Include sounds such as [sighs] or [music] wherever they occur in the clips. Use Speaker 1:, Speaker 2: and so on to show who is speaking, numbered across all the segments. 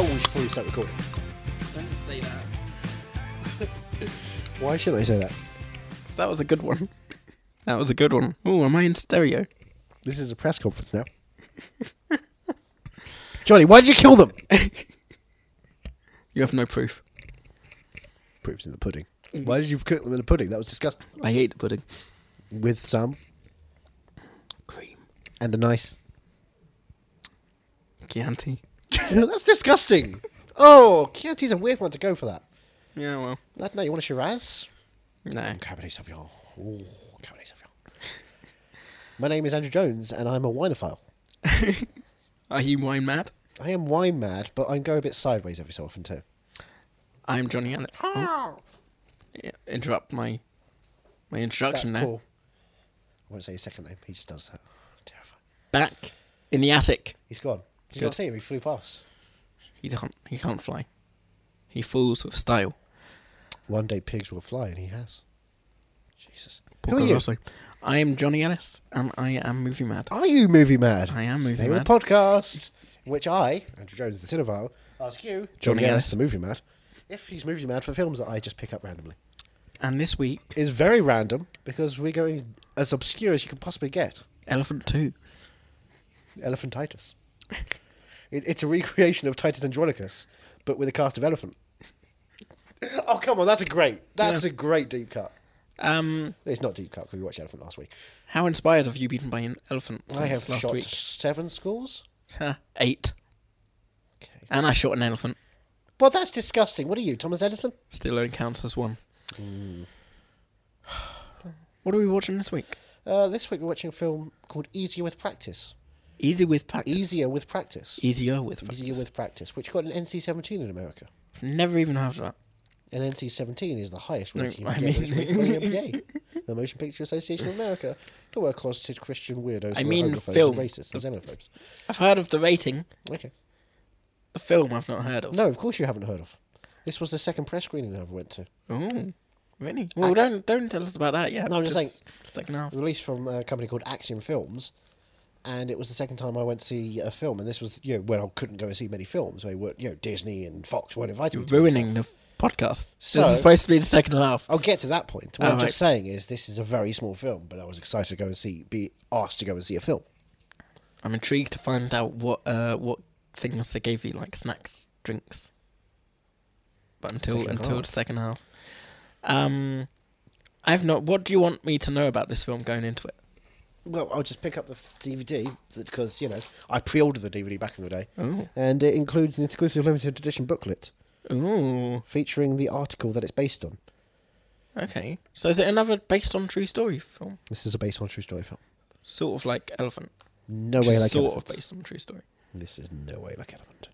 Speaker 1: Oh, we should probably start recording.
Speaker 2: Don't say that.
Speaker 1: Why should I say that?
Speaker 2: That was a good one. [laughs] That was a good one. Oh, am I in stereo?
Speaker 1: This is a press conference now. [laughs] Johnny, why did you kill them? [laughs]
Speaker 2: You have no proof.
Speaker 1: Proofs in the pudding. Why did you cook them in a pudding? That was disgusting.
Speaker 2: I hate the pudding.
Speaker 1: With some
Speaker 2: Cream.
Speaker 1: and a nice. [laughs]
Speaker 2: Chianti.
Speaker 1: That's disgusting. Oh, Chianti's a weird one to go for that.
Speaker 2: Yeah, well.
Speaker 1: I don't know. You want a Shiraz?
Speaker 2: No.
Speaker 1: Cabernet Sauvignon. Ooh, Cabernet Sauvignon. My name is Andrew Jones, and I'm a wineophile.
Speaker 2: Are you wine mad?
Speaker 1: I am wine mad, but I can go a bit sideways every so often too.
Speaker 2: I'm Johnny Allen.
Speaker 1: Ah!
Speaker 2: Yeah, interrupt my my
Speaker 1: That's
Speaker 2: introduction now.
Speaker 1: Paul. I won't say his second name. He just does that. Terrifying.
Speaker 2: Back in the attic.
Speaker 1: He's gone. Did you not
Speaker 2: Good.
Speaker 1: see him? He flew past.
Speaker 2: He can't he can't fly. He falls with style.
Speaker 1: One day pigs will fly, and he has. Jesus.
Speaker 2: Paul
Speaker 1: Who are you?
Speaker 2: Cosrosso. I am Johnny Ellis and I am movie mad.
Speaker 1: Are you movie mad?
Speaker 2: I am
Speaker 1: It's the
Speaker 2: movie
Speaker 1: name of
Speaker 2: mad.
Speaker 1: the podcast, in which I, Andrew Jones, the cinephile, ask you,
Speaker 2: Johnny
Speaker 1: Johnny Ellis,
Speaker 2: Ellis.
Speaker 1: the movie mad, if he's movie mad for films that I just pick up randomly.
Speaker 2: And this week,
Speaker 1: It's very random because we're going as obscure as you can possibly get.
Speaker 2: Elephant 2.
Speaker 1: Elephantitis. it, it's a recreation of Titus Andronicus, but with a cast of elephant. [laughs] oh come on, that's a great. That's a great deep cut.
Speaker 2: Um
Speaker 1: It's not deep cut because we watched Elephant last week.
Speaker 2: How inspired have you been by an elephant since
Speaker 1: I have
Speaker 2: last
Speaker 1: shot
Speaker 2: week?
Speaker 1: seven schools.
Speaker 2: Huh, eight.
Speaker 1: Okay.
Speaker 2: And I shot an elephant.
Speaker 1: Well, that's disgusting. What are you, Thomas Edison?
Speaker 2: Still only counts as one. [sighs] What are we watching this week?
Speaker 1: Uh, this week we're watching a film called Easier with Practice.
Speaker 2: Easy with practice.
Speaker 1: Easier with Practice.
Speaker 2: Easier with practice.
Speaker 1: Easier with Practice, which got an NC-17 in America.
Speaker 2: Never even heard of that.
Speaker 1: An NC-17 is the highest
Speaker 2: No,
Speaker 1: rating
Speaker 2: I
Speaker 1: you can
Speaker 2: mean-
Speaker 1: get with
Speaker 2: [laughs]
Speaker 1: the MPA, the Motion Picture Association of America, who are closeted Christian weirdos
Speaker 2: I
Speaker 1: who
Speaker 2: mean
Speaker 1: are homophobes
Speaker 2: film.
Speaker 1: and racists and xenophobes.
Speaker 2: I've heard of the rating.
Speaker 1: Okay.
Speaker 2: A film I've not heard of.
Speaker 1: No, of course you haven't heard of. This was the second press screening I ever went to.
Speaker 2: Oh, really? Well, don't don't tell us about that yet.
Speaker 1: No, I'm just
Speaker 2: Second half.
Speaker 1: released from a company called Axiom Films, and it was the second time I went to see a film. And this was you know when I couldn't go and see many films. They were you know Disney and Fox weren't invited. me to
Speaker 2: Ruining the podcast. this
Speaker 1: So-
Speaker 2: is supposed to be the second half.
Speaker 1: I'll get to that point. What I'm
Speaker 2: Alright.
Speaker 1: just saying is this is a very small film, but I was excited to go and see, be asked to go and see a film.
Speaker 2: I'm intrigued to find out what uh what things they gave you, like snacks, drinks. But until
Speaker 1: Second
Speaker 2: until
Speaker 1: half.
Speaker 2: the second half, um, I've not. What do you want me to know about this film going into it?
Speaker 1: Well, I'll just pick up the DVD because you know I pre-ordered the DVD back in the day,
Speaker 2: Oh,
Speaker 1: and it includes an exclusive limited edition booklet
Speaker 2: oh,
Speaker 1: featuring the article that it's based on.
Speaker 2: okay. So is it another based on true story film,
Speaker 1: This is a based on a true story film.
Speaker 2: sort of like Elephant?
Speaker 1: No
Speaker 2: which
Speaker 1: way
Speaker 2: is
Speaker 1: like
Speaker 2: sort
Speaker 1: Elephant.
Speaker 2: of based on true story.
Speaker 1: This is no way like Elephant.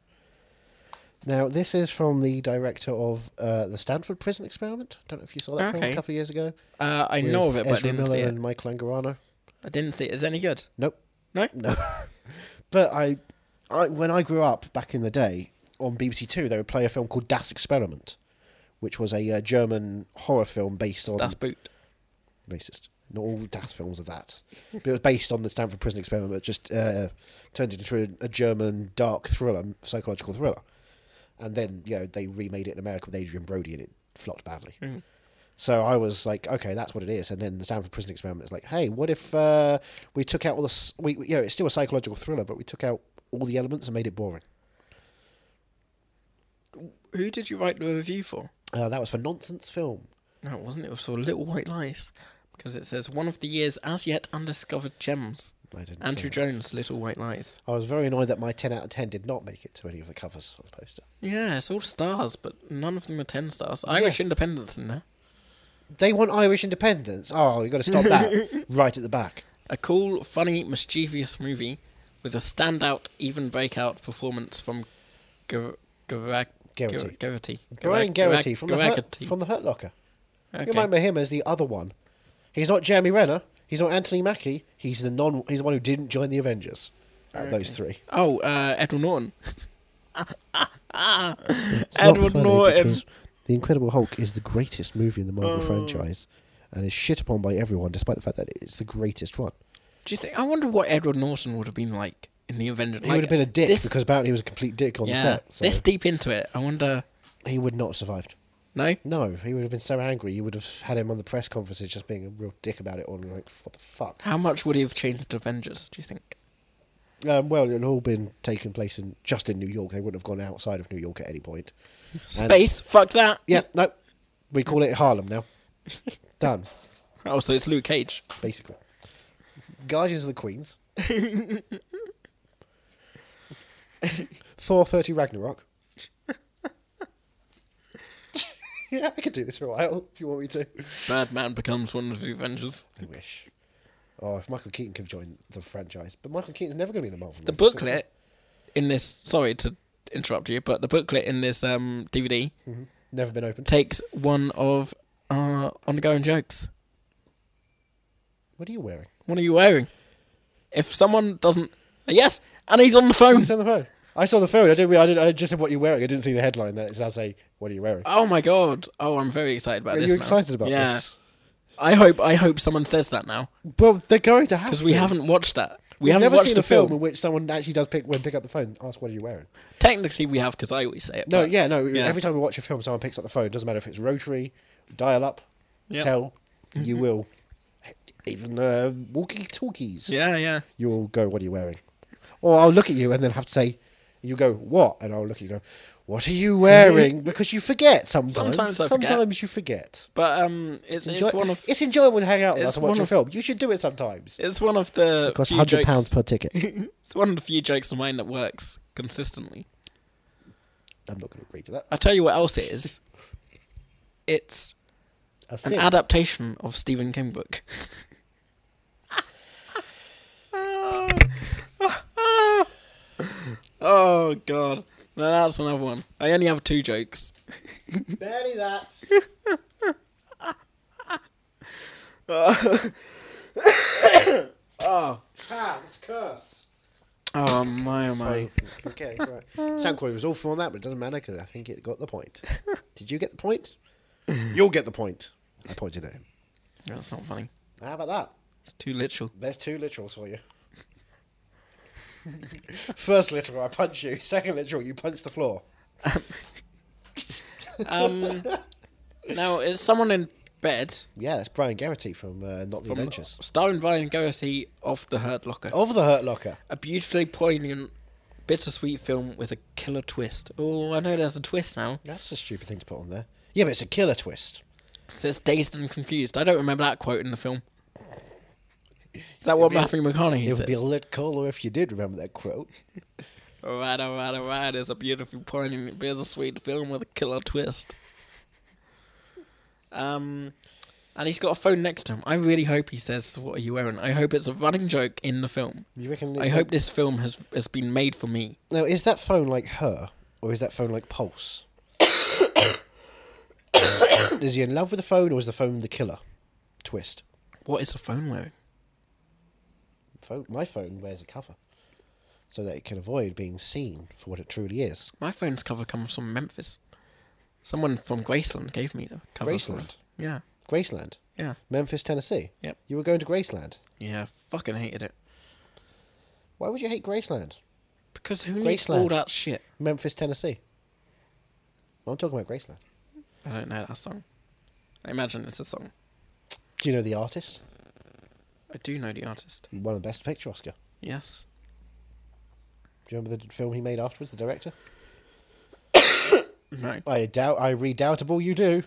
Speaker 1: Now, this is from the director of uh, the Stanford Prison Experiment. Don't know if you saw that film
Speaker 2: Okay.
Speaker 1: a couple of years ago.
Speaker 2: Uh, I know of
Speaker 1: with
Speaker 2: it, but I
Speaker 1: Ezra
Speaker 2: didn't
Speaker 1: Miller
Speaker 2: see it.
Speaker 1: and Michael Angarano.
Speaker 2: I didn't see it. Is it any good?
Speaker 1: Nope,
Speaker 2: No.
Speaker 1: no. but I, I, when I grew up back in the day on BBC Two, they would play a film called Das Experiment, which was a uh, German horror film based on
Speaker 2: That's boot.
Speaker 1: racist. Not all Das films are that, but it was based on the Stanford Prison Experiment, but just uh, turned it into a, a German dark thriller, psychological thriller. And then you know they remade it in America with Adrian Brody, and it flopped badly. So I was like, okay, that's what it is. And then the Stanford Prison Experiment is like, hey, what if uh, we took out all the s- we we- you know it's still a psychological thriller, but we took out all the elements and made it boring.
Speaker 2: Who did you write the review for?
Speaker 1: Uh, that was for nonsense film.
Speaker 2: No, it wasn't. It was for Little White Lies. Because it says, one of the year's as yet undiscovered gems.
Speaker 1: I didn't. see
Speaker 2: Andrew
Speaker 1: that.
Speaker 2: Jones, Little White Lies.
Speaker 1: I was very annoyed that my ten out of ten did not make it to any of the covers of the poster.
Speaker 2: Yeah, it's all stars, but none of them are 10 stars. Irish Independence in there.
Speaker 1: They want Irish independence. Oh, you got to stop that right at the back.
Speaker 2: A cool, funny, mischievous movie with a standout, even breakout performance from Ger- Gerag-
Speaker 1: Geraghty.
Speaker 2: Ger- Geraghty.
Speaker 1: Brian
Speaker 2: Gerag-
Speaker 1: Geraghty from the Hurt,
Speaker 2: Geraghty.
Speaker 1: from the Hurt Locker.
Speaker 2: Okay.
Speaker 1: You remember him as the other one. He's not Jeremy Renner. He's not Anthony Mackie. He's the non. He's the one who didn't join the Avengers. Out of those three.
Speaker 2: Oh, uh, Edward Norton.
Speaker 1: It's not
Speaker 2: Edward
Speaker 1: funny
Speaker 2: Norton. Oh.
Speaker 1: because The Incredible Hulk is the greatest movie in the Marvel franchise and is shit upon by everyone, despite the fact that it's the greatest one.
Speaker 2: Do you think? I wonder what Edward Norton would have been like in the Avengers.
Speaker 1: He would have been a dick because apparently he was a complete dick on
Speaker 2: yeah,
Speaker 1: the set. So
Speaker 2: this deep into it. I wonder.
Speaker 1: He would not have survived.
Speaker 2: No,
Speaker 1: No, he would have been so angry. You would have had him on the press conferences just being a real dick about it all and like, what the fuck?
Speaker 2: how much would he have changed Avengers? Do you think?
Speaker 1: Um, well, it had all been taking place in just in New York. They wouldn't have gone outside of New York at any point. And-
Speaker 2: Space. Fuck that.
Speaker 1: yeah, no. We call it Harlem now. Done,
Speaker 2: Oh, so it's Luke Cage.
Speaker 1: basically. Guardians of the Queens. Thor 30 Ragnarok. [laughs] yeah, I could do this for a while if you want me to.
Speaker 2: Birdman becomes one of the Avengers.
Speaker 1: I wish. Oh, if Michael Keaton could join the franchise. But Michael Keaton's never going to be in a Marvel
Speaker 2: The
Speaker 1: movie, so it's
Speaker 2: booklet in this. Sorry to interrupt you, but the booklet in this um, DVD
Speaker 1: Never been opened.
Speaker 2: takes one of our ongoing jokes.
Speaker 1: What are you wearing? [laughs]
Speaker 2: What are you wearing? If someone doesn't, yes, and he's on the phone.
Speaker 1: It's on the phone. I saw the phone. I didn't. re- I didn't. I just said what you're wearing. I didn't see the headline. That is as a what are you wearing?
Speaker 2: Oh my god! Oh, I'm very excited about
Speaker 1: Are
Speaker 2: this.
Speaker 1: you
Speaker 2: now.
Speaker 1: excited about
Speaker 2: yeah.
Speaker 1: this?
Speaker 2: I hope I hope someone says that now
Speaker 1: Well, they're going to have
Speaker 2: because we
Speaker 1: to.
Speaker 2: haven't watched that. We
Speaker 1: We've
Speaker 2: haven't
Speaker 1: never
Speaker 2: watched
Speaker 1: seen
Speaker 2: the
Speaker 1: a film.
Speaker 2: film.
Speaker 1: in which someone actually does pick when pick up the phone, and ask what are you wearing.
Speaker 2: Technically, we have because I always say it.
Speaker 1: No,
Speaker 2: but
Speaker 1: yeah, no.
Speaker 2: Yeah.
Speaker 1: Every time we watch a film, someone picks up the phone. Doesn't matter if it's rotary, dial up,
Speaker 2: Yep. Mm-hmm.
Speaker 1: cell. You will, even uh, walkie talkies.
Speaker 2: yeah, yeah.
Speaker 1: You will go. What are you wearing? Or I'll look at you and then have to say, you go what? And I'll look at you. and go, What are you wearing? Because you forget sometimes.
Speaker 2: Mm-hmm. Sometimes I forget.
Speaker 1: Sometimes you forget.
Speaker 2: But um, it's
Speaker 1: Enjoy-
Speaker 2: it's one of
Speaker 1: it's enjoyable to hang out with
Speaker 2: it's
Speaker 1: us and watch
Speaker 2: one
Speaker 1: a
Speaker 2: of-
Speaker 1: film. You should do it sometimes.
Speaker 2: it's one of the
Speaker 1: It costs
Speaker 2: few
Speaker 1: hundred
Speaker 2: jokes-
Speaker 1: pounds per
Speaker 2: [laughs]
Speaker 1: ticket.
Speaker 2: It's one of the few jokes of mine that works consistently.
Speaker 1: I'm not going to agree to
Speaker 2: [laughs]
Speaker 1: that.
Speaker 2: I tell you what else it is. It's
Speaker 1: A
Speaker 2: an
Speaker 1: sin. [laughs]
Speaker 2: adaptation of Stephen King book. [laughs] oh god. No, that's another one. I only have two jokes.
Speaker 1: Barely [laughs]
Speaker 2: [laughs]
Speaker 1: that. Hands Ah, curse.
Speaker 2: Oh my oh my.
Speaker 1: [laughs] Okay, right. Sound quality was awful on that, but it doesn't matter because I think it got the point. Did you get the point? You'll get the point. I pointed at him.
Speaker 2: That's not funny.
Speaker 1: How about that?
Speaker 2: It's too literal.
Speaker 1: There's two literals for you. First literal, I punch you. Second literal, you punch the floor.
Speaker 2: Um
Speaker 1: [laughs]
Speaker 2: Now is someone in bed
Speaker 1: Yeah, that's Brian Garrity from uh, Not the Adventures.
Speaker 2: Um, starring Ryan Geraghty off the Hurt Locker.
Speaker 1: Of the Hurt Locker.
Speaker 2: A beautifully poignant bittersweet film with a killer twist. Oh, I know there's a twist now.
Speaker 1: That's a stupid thing to put on there. Yeah, but it's a killer twist.
Speaker 2: says dazed and confused. I don't remember that quote in the film. Is that what
Speaker 1: be a-
Speaker 2: Matthew McConaughey
Speaker 1: It would be a
Speaker 2: says?
Speaker 1: lit caller if you did remember that quote.
Speaker 2: All right, all right, all right. It's a beautiful, poignant, bittersweet film with a killer twist. Um, and he's got a phone next to him. I really hope he says, "What are you wearing?" I hope it's a running joke in the film.
Speaker 1: You reckon?
Speaker 2: I
Speaker 1: it's
Speaker 2: hope
Speaker 1: like-
Speaker 2: this film has has been made for me.
Speaker 1: Now, is that phone like her, or is that phone like Pulse? [coughs] is he in love with the phone, or is the phone the killer? Twist.
Speaker 2: What is the phone wearing?
Speaker 1: Phone, my phone wears a cover, so that it can avoid being seen for what it truly is.
Speaker 2: My phone's cover comes from Memphis. Someone from Graceland gave me the cover. for
Speaker 1: Graceland?
Speaker 2: it. Yeah,
Speaker 1: Graceland,
Speaker 2: yeah,
Speaker 1: Memphis, Tennessee.
Speaker 2: Yep.
Speaker 1: You were going to Graceland.
Speaker 2: yeah. Fucking hated it.
Speaker 1: Why would you hate Graceland?
Speaker 2: Because who needs
Speaker 1: Graceland.
Speaker 2: all that shit?
Speaker 1: Memphis, Tennessee. I'm talking about Graceland.
Speaker 2: I don't know that song. I imagine it's a song.
Speaker 1: Do you know the artist?
Speaker 2: I do know the artist.
Speaker 1: He won a Best Picture Oscar.
Speaker 2: Yes.
Speaker 1: Do you remember the film he made afterwards, the director?
Speaker 2: No.
Speaker 1: I doubt, I redoubtable you do.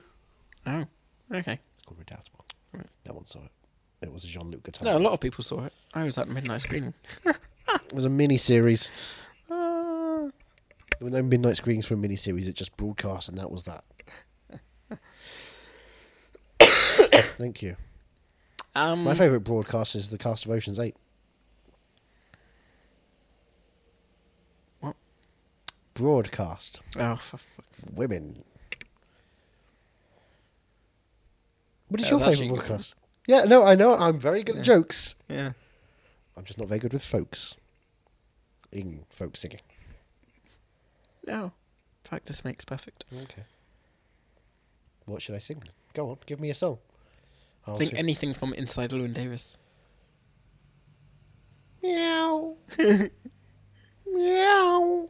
Speaker 2: Oh. Okay.
Speaker 1: It's called Redoubtable.
Speaker 2: Right.
Speaker 1: No one saw it. It was a Jean Luc Godard.
Speaker 2: No, a lot of people saw it. I was at midnight screening.
Speaker 1: It was a mini series.
Speaker 2: Ah.
Speaker 1: Uh. There were no midnight screenings for a mini series. It just broadcast, and that was that. [coughs] Thank you.
Speaker 2: um.
Speaker 1: [laughs] My favourite broadcast is the cast of Ocean's Eight.
Speaker 2: What?
Speaker 1: Broadcast.
Speaker 2: oh, for fuck.
Speaker 1: Women. What is
Speaker 2: That
Speaker 1: your
Speaker 2: was
Speaker 1: favourite
Speaker 2: actually good.
Speaker 1: broadcast? Yeah, no, I know. I'm very good at jokes.
Speaker 2: Yeah.
Speaker 1: I'm just not very good with folks. In folk singing.
Speaker 2: Oh, No. Practice makes perfect.
Speaker 1: Okay. What should I sing? Go on, give me a song. I'll
Speaker 2: Sing
Speaker 1: sing-
Speaker 2: anything from Inside Llewyn Davis.
Speaker 1: meow.
Speaker 2: [laughs]
Speaker 1: meow.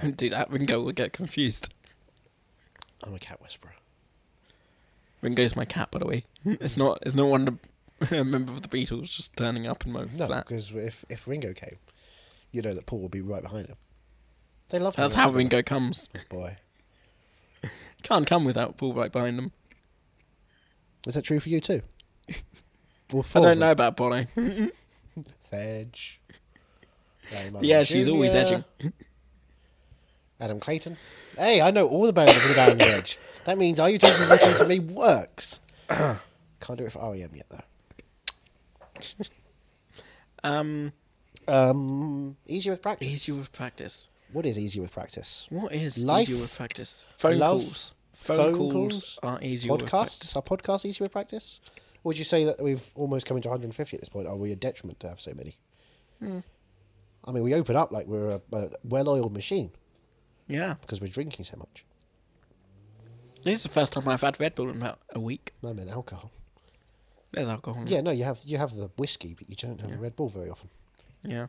Speaker 2: Don't do that. Ringo will get confused.
Speaker 1: I'm a cat whisperer.
Speaker 2: Ringo's my cat, by the way.
Speaker 1: Hmm.
Speaker 2: It's not. It's not one of the, [laughs] a member of the Beatles just turning up in my
Speaker 1: No,
Speaker 2: flat.
Speaker 1: because if, if Ringo came, you know that Paul would be right behind him. They love
Speaker 2: That's how
Speaker 1: hanging out
Speaker 2: Ringo comes.
Speaker 1: together. Boy.
Speaker 2: Can't come without Paul right behind him.
Speaker 1: Is that true for you
Speaker 2: [laughs]
Speaker 1: too? Or
Speaker 2: I
Speaker 1: four of
Speaker 2: don't
Speaker 1: them?
Speaker 2: know
Speaker 1: [laughs]
Speaker 2: about Bono.
Speaker 1: Edge.
Speaker 2: yeah, she's always edging.
Speaker 1: Adam Clayton. Hey, I know all the bands with Adam Edge. That means Are You Talking Looking to Me works. [coughs] Can't do it for REM yet, though.
Speaker 2: Um,
Speaker 1: Um, easier with practice.
Speaker 2: easier with practice.
Speaker 1: What is easier with practice?
Speaker 2: What is
Speaker 1: Life,
Speaker 2: easier with practice? Phone
Speaker 1: love,
Speaker 2: calls. Phone,
Speaker 1: phone
Speaker 2: calls,
Speaker 1: calls,
Speaker 2: are easier with
Speaker 1: Podcasts?
Speaker 2: practice.
Speaker 1: Are podcasts easier with practice? Or would you say that we've almost come into 150 at this point? Are we a detriment to have so many? I mean, we open up like we're a, a well oiled machine
Speaker 2: Yeah,
Speaker 1: because we're drinking so much.
Speaker 2: this is the first time I've had Red Bull in about a week.
Speaker 1: I mean, alcohol.
Speaker 2: There's alcohol. in it.
Speaker 1: Yeah, no, you have you have the whiskey, but you don't have a Red Bull very often.
Speaker 2: yeah.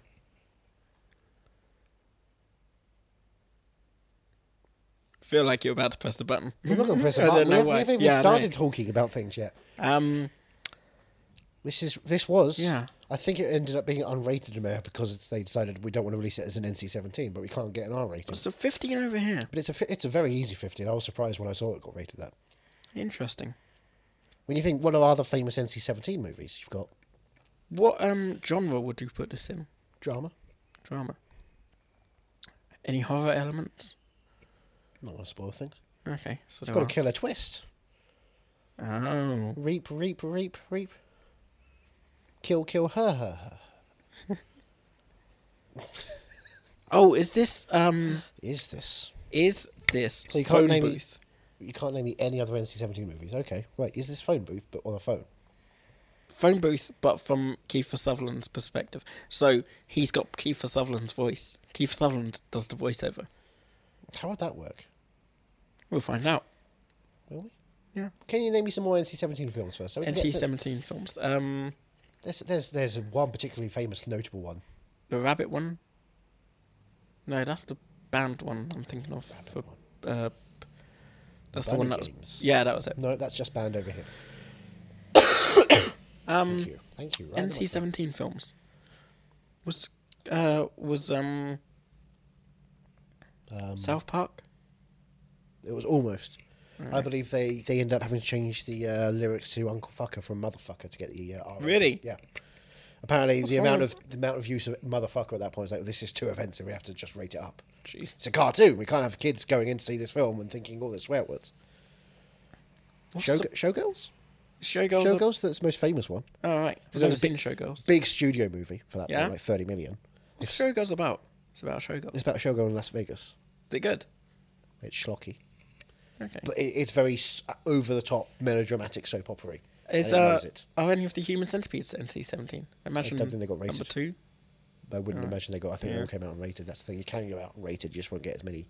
Speaker 2: Feel like you're about to press
Speaker 1: [laughs]
Speaker 2: the button.
Speaker 1: We're
Speaker 2: [laughs]
Speaker 1: not going to press a
Speaker 2: I
Speaker 1: button.
Speaker 2: don't
Speaker 1: We
Speaker 2: know
Speaker 1: haven't, we
Speaker 2: why.
Speaker 1: haven't even
Speaker 2: Yeah, I know.
Speaker 1: started talking about things yet.
Speaker 2: Um,
Speaker 1: This is this was.
Speaker 2: Yeah.
Speaker 1: I think it ended up being unrated America because it's, they decided we don't want to release it as an NC-17, but we can't get an R rating.
Speaker 2: so 15 over here.
Speaker 1: But it's a fi- it's a very easy 15. I was surprised when I saw it got rated that.
Speaker 2: Interesting.
Speaker 1: When you think one of our other famous NC-17 movies, you've got
Speaker 2: What um genre would you put this in?
Speaker 1: drama.
Speaker 2: Drama. Any horror elements?
Speaker 1: I'm not going to spoil things.
Speaker 2: Okay, so there
Speaker 1: Got a
Speaker 2: are.
Speaker 1: killer twist.
Speaker 2: Oh,
Speaker 1: Reap, reap, reap, reap. Kill, kill, her, her, her.
Speaker 2: oh, is this um
Speaker 1: Is this?
Speaker 2: is this
Speaker 1: So you can't
Speaker 2: phone
Speaker 1: name it-
Speaker 2: booth?
Speaker 1: You can't name me any other NC-17 movies. Okay, wait. Is this phone booth but on a phone?
Speaker 2: Phone booth, but from Kiefer Sutherland's perspective. So he's got Kiefer Sutherland's voice. Kiefer Sutherland does the voiceover.
Speaker 1: How would that work?
Speaker 2: We'll find out.
Speaker 1: Will we?
Speaker 2: Yeah.
Speaker 1: Can you name me some more NC-17 films first? So we can get a
Speaker 2: NC
Speaker 1: sense-
Speaker 2: seventeen films. Um,
Speaker 1: There's, there's there's one particularly famous, notable one.
Speaker 2: the rabbit one. No, that's the band one I'm thinking of. For, uh, that's the
Speaker 1: Bunny
Speaker 2: one that was.
Speaker 1: Games.
Speaker 2: Yeah, that was it.
Speaker 1: No, that's just banned over
Speaker 2: [coughs]
Speaker 1: here.
Speaker 2: Um,
Speaker 1: Thank you. Thank you. Right
Speaker 2: NC seventeen films. Was uh was um,
Speaker 1: Um,
Speaker 2: South Park?
Speaker 1: it was almost. I believe they they end up having to change the uh, lyrics to Uncle Fucker from Motherfucker to get the uh, R. rating.
Speaker 2: Really?
Speaker 1: Yeah. Apparently, the
Speaker 2: wrong
Speaker 1: amount
Speaker 2: with-
Speaker 1: of the amount of use of motherfucker at that point is like this is too offensive. We have to just rate it up. It's
Speaker 2: Jeez.
Speaker 1: a cartoon. We can't have kids going in to see this film and thinking all the swear words.
Speaker 2: What's
Speaker 1: Show,
Speaker 2: the-
Speaker 1: showgirls,
Speaker 2: Showgirls. Showgirls.
Speaker 1: showgirls. That's the most famous one.
Speaker 2: All right. I've
Speaker 1: There
Speaker 2: never
Speaker 1: was a
Speaker 2: seen Showgirls.
Speaker 1: Big studio movie for that.
Speaker 2: Yeah?
Speaker 1: one, like thirty million.
Speaker 2: What's Showgirls about? It's about Showgirls.
Speaker 1: It's
Speaker 2: Is
Speaker 1: about a showgirl in Las Vegas.
Speaker 2: it good?
Speaker 1: It's schlocky.
Speaker 2: Okay.
Speaker 1: but it, it's very over the top melodramatic soap opery.
Speaker 2: Is
Speaker 1: and it
Speaker 2: uh
Speaker 1: knows it.
Speaker 2: are any of the human centipedes NC seventeen? Imagine
Speaker 1: think they got
Speaker 2: number
Speaker 1: rated.
Speaker 2: two.
Speaker 1: I wouldn't imagine they got. I think they
Speaker 2: Yeah.
Speaker 1: all came out and rated. That's the thing. You can go out and rated. You just won't get as many.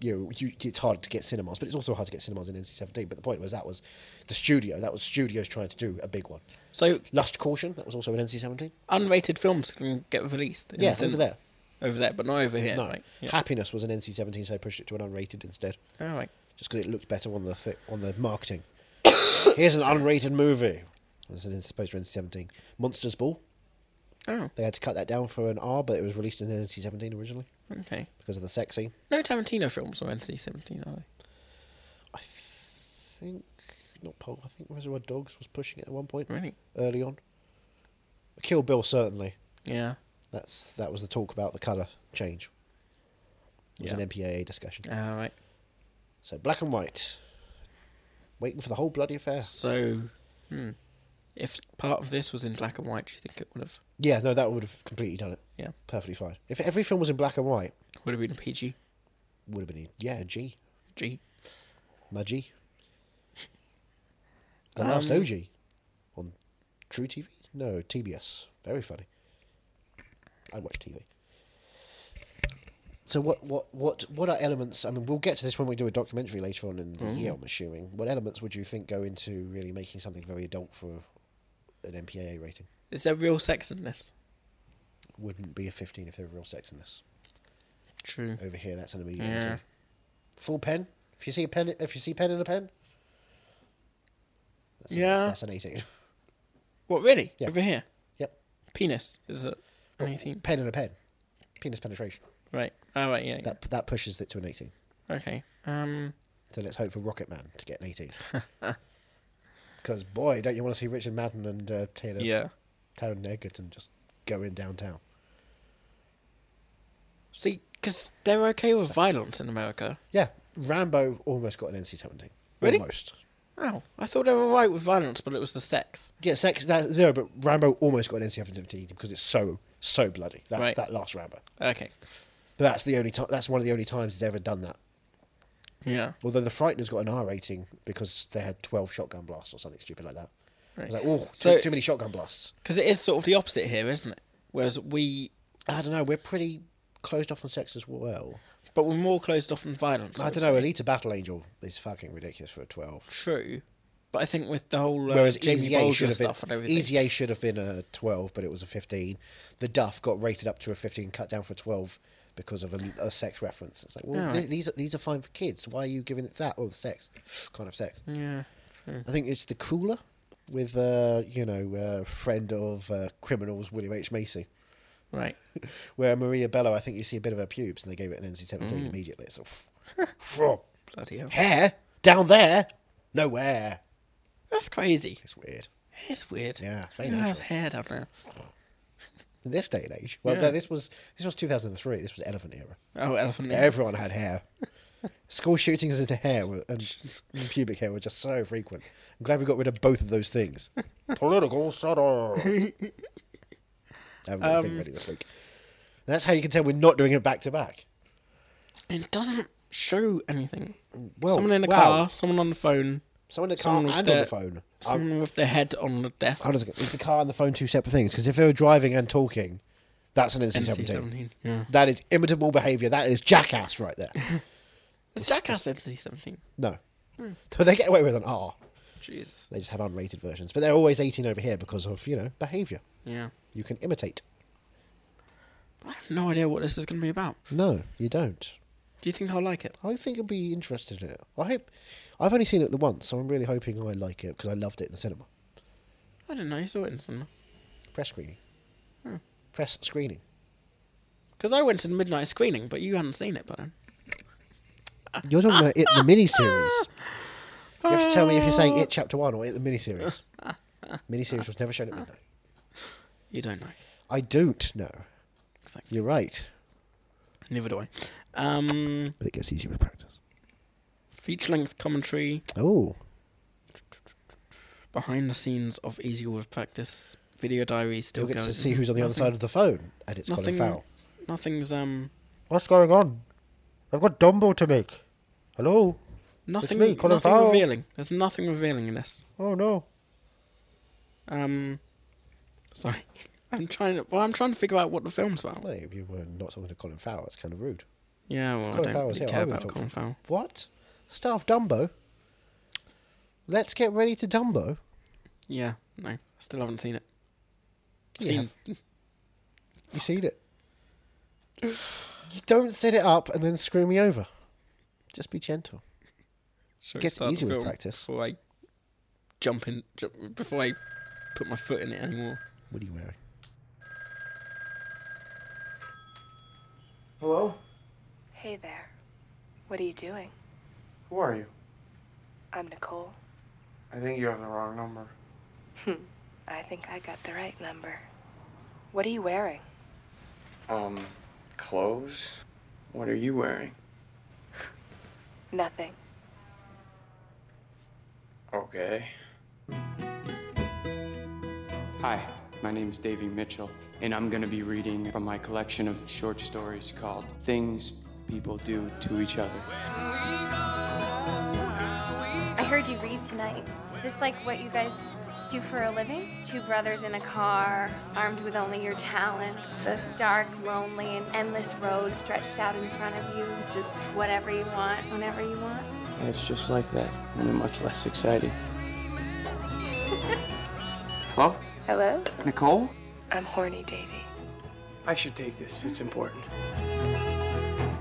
Speaker 1: You, know, you it's hard to get cinemas, but it's also hard to get cinemas in NC-17. But the point was that was the studio. That was studios trying to do a big one.
Speaker 2: So
Speaker 1: Lust Caution. That was also an NC-17.
Speaker 2: unrated films can get released. in
Speaker 1: Yeah,
Speaker 2: the
Speaker 1: over
Speaker 2: cinema.
Speaker 1: there.
Speaker 2: Over there, but not over here.
Speaker 1: No,
Speaker 2: Right. Yeah.
Speaker 1: Happiness was an NC-17, so they pushed it to an unrated instead,
Speaker 2: All right.
Speaker 1: just because it looked better on the th- on the marketing. [coughs] Here's an unrated movie. It's an it's supposed to be NC-17. Monsters Ball.
Speaker 2: Oh,
Speaker 1: They had to cut that down for an R, but it was released in NC-17 originally
Speaker 2: okay.
Speaker 1: because of the sex scene.
Speaker 2: No Tarantino films or NC seventeen are
Speaker 1: I think not Paul. I think Reservoir Dogs was pushing it at one point
Speaker 2: they? Really?
Speaker 1: early on. Kill Bill certainly.
Speaker 2: Yeah.
Speaker 1: That's that was the talk about the color change. It was
Speaker 2: Yeah.
Speaker 1: an MPAA discussion.
Speaker 2: All right.
Speaker 1: So black and white. Waiting for the whole bloody affair.
Speaker 2: So, hmm. if part of this was in black and white, do you think it would have
Speaker 1: Yeah, no, that would have completely done it.
Speaker 2: Yeah.
Speaker 1: perfectly fine. If every film was in black and white,
Speaker 2: would have been a PG,
Speaker 1: would have been a- yeah, a G,
Speaker 2: G?
Speaker 1: my G. The last
Speaker 2: Um,
Speaker 1: OG on True TV? No, TBS. Very funny. I watch TV. So what what what what are elements? I mean, we'll get to this when we do a documentary later on in the year. I'm assuming. What elements would you think go into really making something very adult for an MPAA rating?
Speaker 2: Is there real sex in this?
Speaker 1: Wouldn't be a 15 if there were real sex in this.
Speaker 2: True.
Speaker 1: Over here, that's an immediate.
Speaker 2: Yeah.
Speaker 1: 18. Full pen. If you see a pen, if you see pen in a pen. That's an-
Speaker 2: Yeah.
Speaker 1: that's an 18.
Speaker 2: What really?
Speaker 1: Yeah.
Speaker 2: Over here.
Speaker 1: Yep. Oh.
Speaker 2: Penis is it? An
Speaker 1: [laughs]
Speaker 2: eighteen.
Speaker 1: Pen in a pen. Penis penetration.
Speaker 2: Right. All right. Yeah. yeah.
Speaker 1: That that pushes it to an 18.
Speaker 2: Okay. Um.
Speaker 1: So let's hope for Rocket Man to get an
Speaker 2: [laughs]
Speaker 1: 18. Because boy, don't you want to see Richard Madden and uh, Taylor
Speaker 2: Yeah.
Speaker 1: Taron Egerton just go in downtown?
Speaker 2: See, because they're okay with violence in America.
Speaker 1: Yeah, Rambo almost got an NC-17.
Speaker 2: Really?
Speaker 1: Almost.
Speaker 2: Oh, I thought they were right with violence, but it was the sex.
Speaker 1: Yeah, sex. That, no, but Rambo almost got an NC-17 because it's so so bloody. That
Speaker 2: Right.
Speaker 1: that last Rambo.
Speaker 2: Okay.
Speaker 1: But that's the only time. That's one of the only times he's ever done that.
Speaker 2: Yeah.
Speaker 1: Although the Frightener's got an R rating because they had 12 shotgun blasts or something stupid like that. It was like, oh,
Speaker 2: So-
Speaker 1: too, too many shotgun blasts.
Speaker 2: Because it is sort of the opposite here, isn't it? Whereas we,
Speaker 1: I don't know. We're pretty closed off on sex as well.
Speaker 2: but we're more closed off on violence.
Speaker 1: I
Speaker 2: would
Speaker 1: don't know. Elite Battle Angel is fucking ridiculous for a 12.
Speaker 2: True, but I think with the whole uh,
Speaker 1: Whereas
Speaker 2: James
Speaker 1: Easy A
Speaker 2: Bulger
Speaker 1: should have been
Speaker 2: stuff and everything,
Speaker 1: Easy A should have been a 12, but it was a 15. The Duff got rated up to a 15, cut down for a 12 because of a, a sex reference. It's like, well,
Speaker 2: Yeah.
Speaker 1: th- these are these are fine for kids. Why are you giving it that? Oh, the sex kind of sex.
Speaker 2: yeah, true.
Speaker 1: I think it's the cooler with uh, you know uh, friend of uh, criminals William H Macy,
Speaker 2: right?
Speaker 1: where Maria Bello. I think you see a bit of her pubes, and they gave it an NC-17 immediately. So, [laughs]
Speaker 2: Bloody hell,
Speaker 1: hair down there, nowhere.
Speaker 2: that's crazy.
Speaker 1: It's weird.
Speaker 2: It's weird.
Speaker 1: Yeah, it's very
Speaker 2: Who has
Speaker 1: natural.
Speaker 2: hair down there?
Speaker 1: in this day and age. Well,
Speaker 2: Yeah.
Speaker 1: no, this was this was 2003. This was elephant era.
Speaker 2: Oh, elephant. ear.
Speaker 1: Everyone had hair. [laughs] School shootings and hair were, and pubic hair were just so frequent. I'm glad we got rid of both of those things. Political satire. I haven't got a
Speaker 2: Um,
Speaker 1: thing ready this week. That's how you can tell we're not doing it back to back.
Speaker 2: It doesn't show anything.
Speaker 1: Well,
Speaker 2: someone in a
Speaker 1: wow.
Speaker 2: car, someone on the phone,
Speaker 1: Someone in the car
Speaker 2: Someone
Speaker 1: and
Speaker 2: with
Speaker 1: on
Speaker 2: their-
Speaker 1: the phone. Um, I,
Speaker 2: someone with their head on the desk.
Speaker 1: I was like, is the car and the phone two separate things? Because if they were driving and talking, that's an NC-17.
Speaker 2: NC-17. Yeah.
Speaker 1: That is imitable behaviour. That is jackass right
Speaker 2: [laughs]
Speaker 1: there.
Speaker 2: The Jackass NC-17.
Speaker 1: No. So they get away with an R.
Speaker 2: Jeez.
Speaker 1: They just have unrated versions. But they're always 18 over here because of, you know, behaviour.
Speaker 2: Yeah.
Speaker 1: You can imitate.
Speaker 2: I have no idea what this is going to be about.
Speaker 1: No, you don't.
Speaker 2: Do you think I'll like it?
Speaker 1: I think you'll be interested in it. I hope. I've only seen it the once, so I'm really hoping I like it because I loved it in the cinema.
Speaker 2: I don't know. You saw it in cinema.
Speaker 1: Press screening.
Speaker 2: Hmm.
Speaker 1: Press screening.
Speaker 2: Because I went to the midnight screening, but you hadn't seen it, but
Speaker 1: You're talking about it, the miniseries.
Speaker 2: [laughs]
Speaker 1: You have to tell me if you're saying it chapter one or it the
Speaker 2: [laughs]
Speaker 1: miniseries. miniseries was never shown at midnight.
Speaker 2: you don't know.
Speaker 1: I don't know.
Speaker 2: Exactly.
Speaker 1: You're right,
Speaker 2: Neither do I. Um,
Speaker 1: but it gets easier with practice.
Speaker 2: feature-length commentary,
Speaker 1: Oh,
Speaker 2: behind the scenes of Easy with Practice, video diary still
Speaker 1: you'll get
Speaker 2: goes.
Speaker 1: to see who's on the other side of the phone, and it's Colin
Speaker 2: nothing.
Speaker 1: Farrell.
Speaker 2: Nothing's um.
Speaker 1: What's going on? I've got Dumbo to make. Hello?
Speaker 2: Nothing.
Speaker 1: me, Colin
Speaker 2: nothing
Speaker 1: Farrell.
Speaker 2: revealing. There's nothing revealing in this.
Speaker 1: Oh no.
Speaker 2: Um, sorry. [laughs] I'm trying to. Well, I'm trying to figure out what the film's about.
Speaker 1: Well, you were not talking to Colin Farrell. It's kind of rude.
Speaker 2: Yeah, well,
Speaker 1: Colin
Speaker 2: I don't
Speaker 1: Farrell's
Speaker 2: really
Speaker 1: here,
Speaker 2: care
Speaker 1: I would
Speaker 2: about
Speaker 1: talk.
Speaker 2: Colin Farrell.
Speaker 1: What? Staff Dumbo? Let's get ready to Dumbo.
Speaker 2: Yeah, no, I still haven't seen it.
Speaker 1: You
Speaker 2: seen.
Speaker 1: You seen it? [sighs] You don't set it up and then screw me over. Just be gentle.
Speaker 2: Should we
Speaker 1: Gets
Speaker 2: start the
Speaker 1: easier with
Speaker 2: film
Speaker 1: practice.
Speaker 2: Before I jump in, jump, before I put my foot in it anymore.
Speaker 1: What are you wearing?
Speaker 3: Hello?
Speaker 4: Hey there. What are you doing?
Speaker 3: Who are you?
Speaker 4: I'm Nicole.
Speaker 3: I think you have the wrong number.
Speaker 4: Hmm. I think I got the right number. What are you wearing?
Speaker 3: Um, clothes? What are you wearing?
Speaker 4: Nothing.
Speaker 3: Okay. Hi, my name's Davy Mitchell, and I'm gonna be reading from my collection of short stories called Things People Do to Each Other.
Speaker 5: I heard you read tonight. Is this like what you guys do for a living? Two brothers in a car, armed with only your talents, the dark, lonely, and endless road stretched out in front of you. It's just whatever you want, whenever you want.
Speaker 3: And it's just like that, only much less [laughs] exciting. Hello?
Speaker 4: Hello?
Speaker 3: Nicole?
Speaker 4: I'm horny, Davy.
Speaker 6: I should take this. It's important.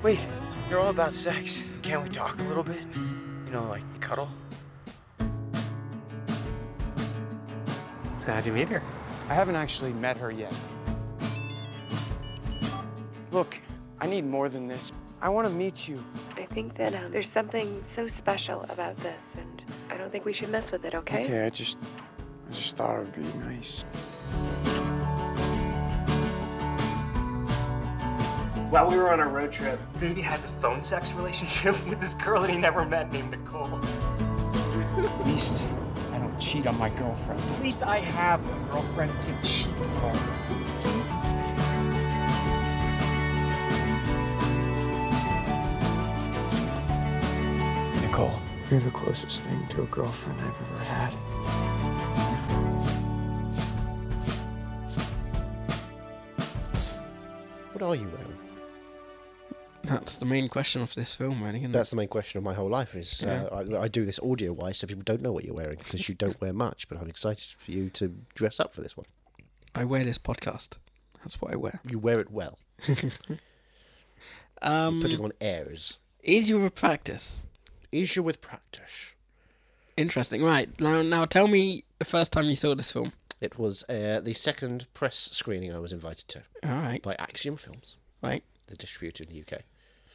Speaker 6: Wait, you're all about sex. Can't we talk a little bit? You know, like cuddle?
Speaker 7: So how'd you meet her?
Speaker 3: I haven't actually met her yet. Look, I need more than this. I want to meet you.
Speaker 4: I think that um, there's something so special about this, and I don't think we should mess with it, okay?
Speaker 3: I just, I just thought it would be nice.
Speaker 7: While we were on our road trip, Davey had this phone sex relationship [laughs] with this girl that he never met named Nicole.
Speaker 3: At least I don't cheat on my girlfriend.
Speaker 7: At least I have a girlfriend to cheat on.
Speaker 3: Nicole, you're the closest thing to a girlfriend I've ever had.
Speaker 1: What are you, Aaron?
Speaker 2: That's the main question of this film, really. Isn't
Speaker 1: That's the main question of my whole life. Is uh, I, I do this audio wise, so people don't know what you're wearing because you don't wear much. But I'm excited for you to dress up for this one.
Speaker 2: it? I wear this podcast. That's what I wear.
Speaker 1: You wear it well,
Speaker 2: Um,
Speaker 1: putting on airs.
Speaker 2: is your practice
Speaker 1: Is you with practice?
Speaker 2: interesting? Right now, now tell me the first time you saw this film.
Speaker 1: It was uh, the second press screening I was invited to
Speaker 2: All right,
Speaker 1: by Axiom Films,
Speaker 2: right.
Speaker 1: the distributor in the UK.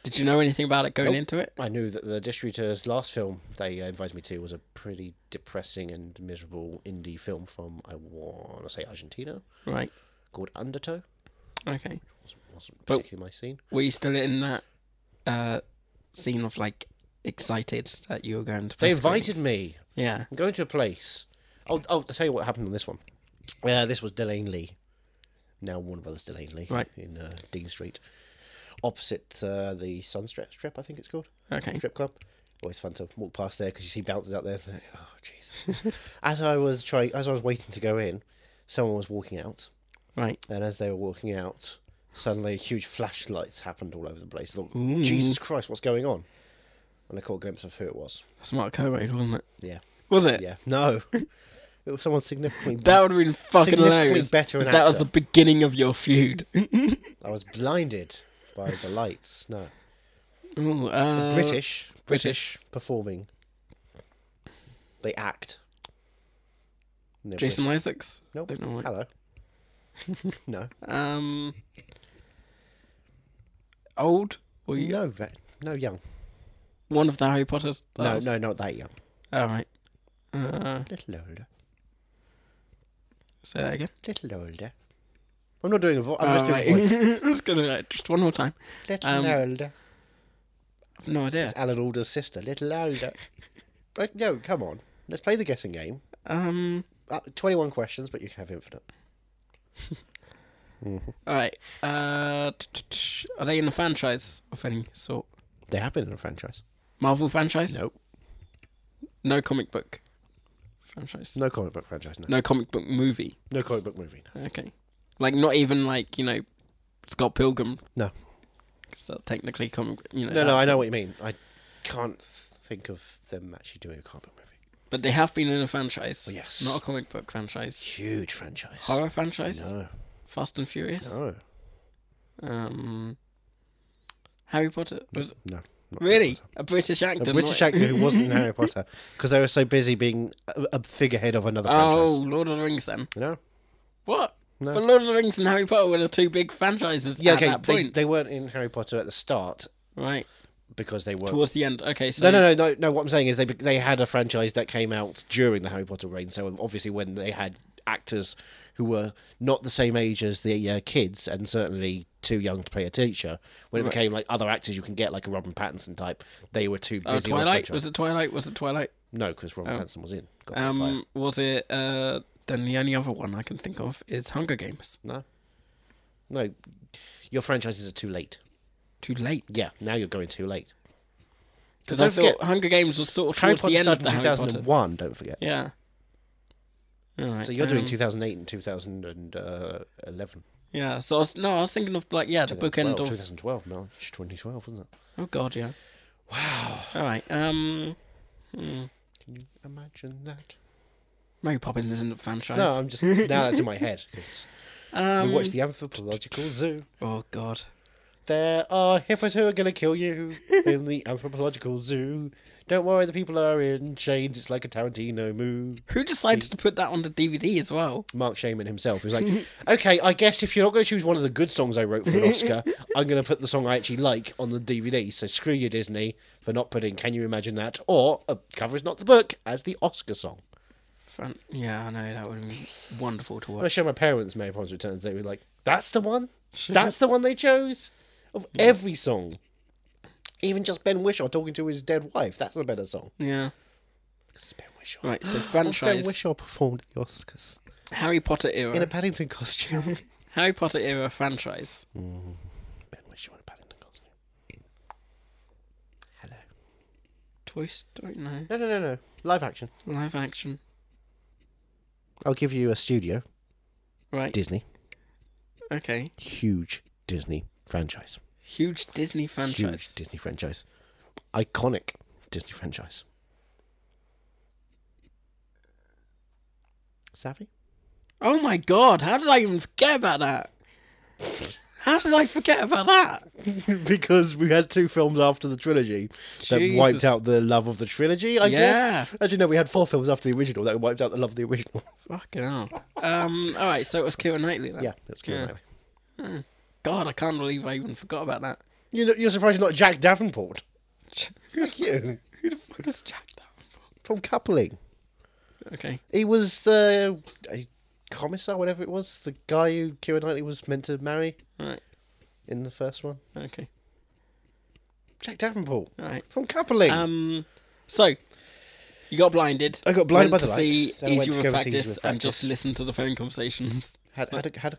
Speaker 2: Did you know anything about it going
Speaker 1: Nope.
Speaker 2: into it?
Speaker 1: I knew that the distributor's last film they uh, invited me to was a pretty depressing and miserable indie film from I want to say Argentina
Speaker 2: Right.
Speaker 1: called Undertow.
Speaker 2: Okay.
Speaker 1: Wasn't, wasn't
Speaker 2: But-
Speaker 1: particularly my scene.
Speaker 2: Were you still in that uh, scene of like excited that you were going to?
Speaker 1: They
Speaker 2: press
Speaker 1: invited
Speaker 2: screenings?
Speaker 1: me.
Speaker 2: Yeah.
Speaker 1: I'm going to a place. I'll, I'll tell you what happened on this one. Uh, this was Delane Lee, now Warner Brothers Delane Lee,
Speaker 2: Right.
Speaker 1: in uh, Dean Street, opposite uh, the Sunset Strip, I think it's called.
Speaker 2: Okay.
Speaker 1: strip club. Always fun to walk past there because you see bouncers out there. it's like, oh,
Speaker 2: [laughs]
Speaker 1: jeez. as I was trying, as I was waiting to go in, someone was walking out,
Speaker 2: Right.
Speaker 1: and as they were walking out, suddenly huge flashlights happened all over the place. I thought,
Speaker 2: Mm.
Speaker 1: Jesus Christ, what's going on? And I caught a glimpse of who it was.
Speaker 2: That's Mark Kermode, wasn't it?
Speaker 1: Yeah,
Speaker 2: Was it?
Speaker 1: yeah, no, [laughs] it was someone significantly.
Speaker 2: Uh, [laughs] That would have been fucking
Speaker 1: Significantly
Speaker 2: hilarious.
Speaker 1: better an
Speaker 2: if that was the
Speaker 1: actor.
Speaker 2: beginning of
Speaker 1: [laughs]
Speaker 2: your feud.
Speaker 1: I was blinded by the lights. No,
Speaker 2: Ooh, uh,
Speaker 1: British, British
Speaker 2: British.
Speaker 1: performing. They act. And they're
Speaker 2: Jason Isaacs.
Speaker 1: Nope.
Speaker 2: Don't know why.
Speaker 1: Hello.
Speaker 2: [laughs]
Speaker 1: no.
Speaker 2: Um. Old or you,
Speaker 1: No, ve- no young.
Speaker 2: one of the Harry Potters?
Speaker 1: No, no, not that young.
Speaker 2: All right. Uh,
Speaker 1: Little older.
Speaker 2: say that again.
Speaker 1: Little older. I'm not doing a voice. I'm
Speaker 2: All
Speaker 1: just doing
Speaker 2: Uh, right.
Speaker 1: a
Speaker 2: [laughs]
Speaker 1: voice.
Speaker 2: Let's go to that. Just one more time.
Speaker 1: Little
Speaker 2: Um,
Speaker 1: older.
Speaker 2: I've no idea.
Speaker 1: It's Alan Alda's sister. Little
Speaker 2: [laughs]
Speaker 1: older. But no, come on. Let's play the guessing game.
Speaker 2: Um.
Speaker 1: Uh, 21 questions, but you can have infinite.
Speaker 2: All right. Uh, t- t- t- are they in a franchise of any sort?
Speaker 1: They have been in a franchise.
Speaker 2: Marvel franchise?
Speaker 1: Nope.
Speaker 2: No comic book franchise.
Speaker 1: No comic book franchise, no. No,
Speaker 2: No comic book movie.
Speaker 1: comic book movie,
Speaker 2: Okay. Like not even like you know Scott Pilgrim
Speaker 1: no. No,
Speaker 2: because that technically comic you know.
Speaker 1: no, no I
Speaker 2: that's-
Speaker 1: know what you mean. I can't think of them actually doing a comic book movie.
Speaker 2: But they have been in a franchise.
Speaker 1: Oh, Yes.
Speaker 2: Not a comic book franchise.
Speaker 1: Huge franchise.
Speaker 2: Horror franchise.
Speaker 1: No,
Speaker 2: Fast and Furious.
Speaker 1: no,
Speaker 2: Um. Harry Potter was
Speaker 1: no. not
Speaker 2: really a British actor.
Speaker 1: a
Speaker 2: not-
Speaker 1: British
Speaker 2: [laughs]
Speaker 1: actor who wasn't in Harry Potter because they were so busy being a, a figurehead of another
Speaker 2: Oh,
Speaker 1: franchise.
Speaker 2: Lord of the Rings then.
Speaker 1: You know?
Speaker 2: What?
Speaker 1: No.
Speaker 2: But Lord of the Rings and Harry Potter were the two big franchises
Speaker 1: Yeah,
Speaker 2: at
Speaker 1: okay.
Speaker 2: that
Speaker 1: They,
Speaker 2: point.
Speaker 1: they weren't in Harry Potter at the start
Speaker 2: Right.
Speaker 1: because they were.
Speaker 2: Towards the end. Okay, so
Speaker 1: no, no, no, no, no. What I'm saying is they they had a franchise that came out during the Harry Potter reign. So obviously, when they had actors who were not the same age as the uh, kids and certainly too young to play a teacher, when it became like other actors you can get like a Robin Pattinson type, they were too
Speaker 2: Oh,
Speaker 1: busy. on
Speaker 2: Twilight?
Speaker 1: franchise.
Speaker 2: Was it Twilight? Was it Twilight?
Speaker 1: No, because Robin Pattinson was in. God, fire.
Speaker 2: Um, was it uh? Then the only other one I can think of is Hunger Games.
Speaker 1: No. No. Your franchises are too late.
Speaker 2: Too late
Speaker 1: Yeah, now you're going too late.
Speaker 2: because
Speaker 1: don't
Speaker 2: I thought
Speaker 1: forget,
Speaker 2: Hunger Games was sort of
Speaker 1: Harry
Speaker 2: towards
Speaker 1: Potter
Speaker 2: the end of
Speaker 1: started
Speaker 2: the
Speaker 1: in
Speaker 2: Harry Potter.
Speaker 1: 2001, don't forget.
Speaker 2: Yeah. All right.
Speaker 1: So you're doing
Speaker 2: um,
Speaker 1: 2008 and uh, 2011.
Speaker 2: Yeah. So I was, no, I was thinking of like yeah, the bookend of
Speaker 1: 2012, March 2012, wasn't it?
Speaker 2: oh god, yeah. Wow. All right. Um,
Speaker 1: Can you imagine that?
Speaker 2: Mary Poppins isn't a franchise.
Speaker 1: No, I'm just now that's in my head because we watched the Anthropological Zoo.
Speaker 2: Oh god.
Speaker 1: There are hippos who are gonna kill [laughs] you in the Anthropological Zoo. Don't worry, the people are in chains. It's like a Tarantino move.
Speaker 2: Who decided to put that on the DVD as well?
Speaker 1: Mark Shaman himself [laughs] was like, okay, I guess if you're not going to choose one of the good songs I wrote for an [laughs] Oscar, I'm going to put the song I actually like on the DVD. So screw you, Disney, for not putting Can You Imagine That or A Cover Is Not the Book as the Oscar song.
Speaker 2: Fran- yeah, I know that would have been wonderful to
Speaker 1: When I
Speaker 2: watch.
Speaker 1: showed my parents Mary Poppins Returns, they were like, that's the one? That's the one they chose? Of every song. Even just Ben Wishaw talking to his dead wife. That's a better song.
Speaker 2: Yeah.
Speaker 1: Because it's Ben Wishaw.
Speaker 2: Right.
Speaker 1: [gasps]
Speaker 2: So
Speaker 1: Ben
Speaker 2: franchise
Speaker 1: Wishaw performed at the Oscars
Speaker 2: Harry Potter era.
Speaker 1: in a Paddington costume.
Speaker 2: Harry Potter era franchise.
Speaker 1: [laughs] ben Wishaw in a Paddington costume. Hello.
Speaker 2: Toy Story. No.
Speaker 1: No, no, no, no. Live action.
Speaker 2: Live action.
Speaker 1: I'll give you a studio.
Speaker 2: Right.
Speaker 1: Disney.
Speaker 2: okay.
Speaker 1: Huge Disney franchise.
Speaker 2: Huge Disney franchise.
Speaker 1: Huge Disney franchise. Iconic Disney franchise. Savvy? [laughs]
Speaker 2: oh my god! How did I even forget about that? How did I forget about that?
Speaker 1: because we had two films after the trilogy that wiped
Speaker 2: Jesus.
Speaker 1: out the love of the trilogy, I guess.
Speaker 2: Yeah.
Speaker 1: As you know, we had four films after the original that wiped out the love of the original. [laughs]
Speaker 2: Fucking hell. Um. All right. So it was Kira Knightley. Then.
Speaker 1: yeah, that's cool.
Speaker 2: Yeah.
Speaker 1: Riley.
Speaker 2: God, I can't believe I even forgot about that.
Speaker 1: You know, you're surprised you're not Jack Davenport. Fuck you.
Speaker 2: Who the fuck is Jack Davenport?
Speaker 1: From Coupling.
Speaker 2: Okay.
Speaker 1: He was the a commissar, whatever it was, the guy who Kira Knightley was meant to marry
Speaker 2: All right.
Speaker 1: in the first one.
Speaker 2: Okay.
Speaker 1: Jack Davenport
Speaker 2: All right.
Speaker 1: from Coupling.
Speaker 2: Um. So you got blinded.
Speaker 1: I got blinded by
Speaker 2: went
Speaker 1: the
Speaker 2: to
Speaker 1: lights,
Speaker 2: see
Speaker 1: then I went
Speaker 2: Easy
Speaker 1: to
Speaker 2: with
Speaker 1: go and see Easy
Speaker 2: practice,
Speaker 1: with
Speaker 2: and just
Speaker 1: Practice.
Speaker 2: listen to the
Speaker 1: [laughs]
Speaker 2: phone conversations.
Speaker 1: had had a, had a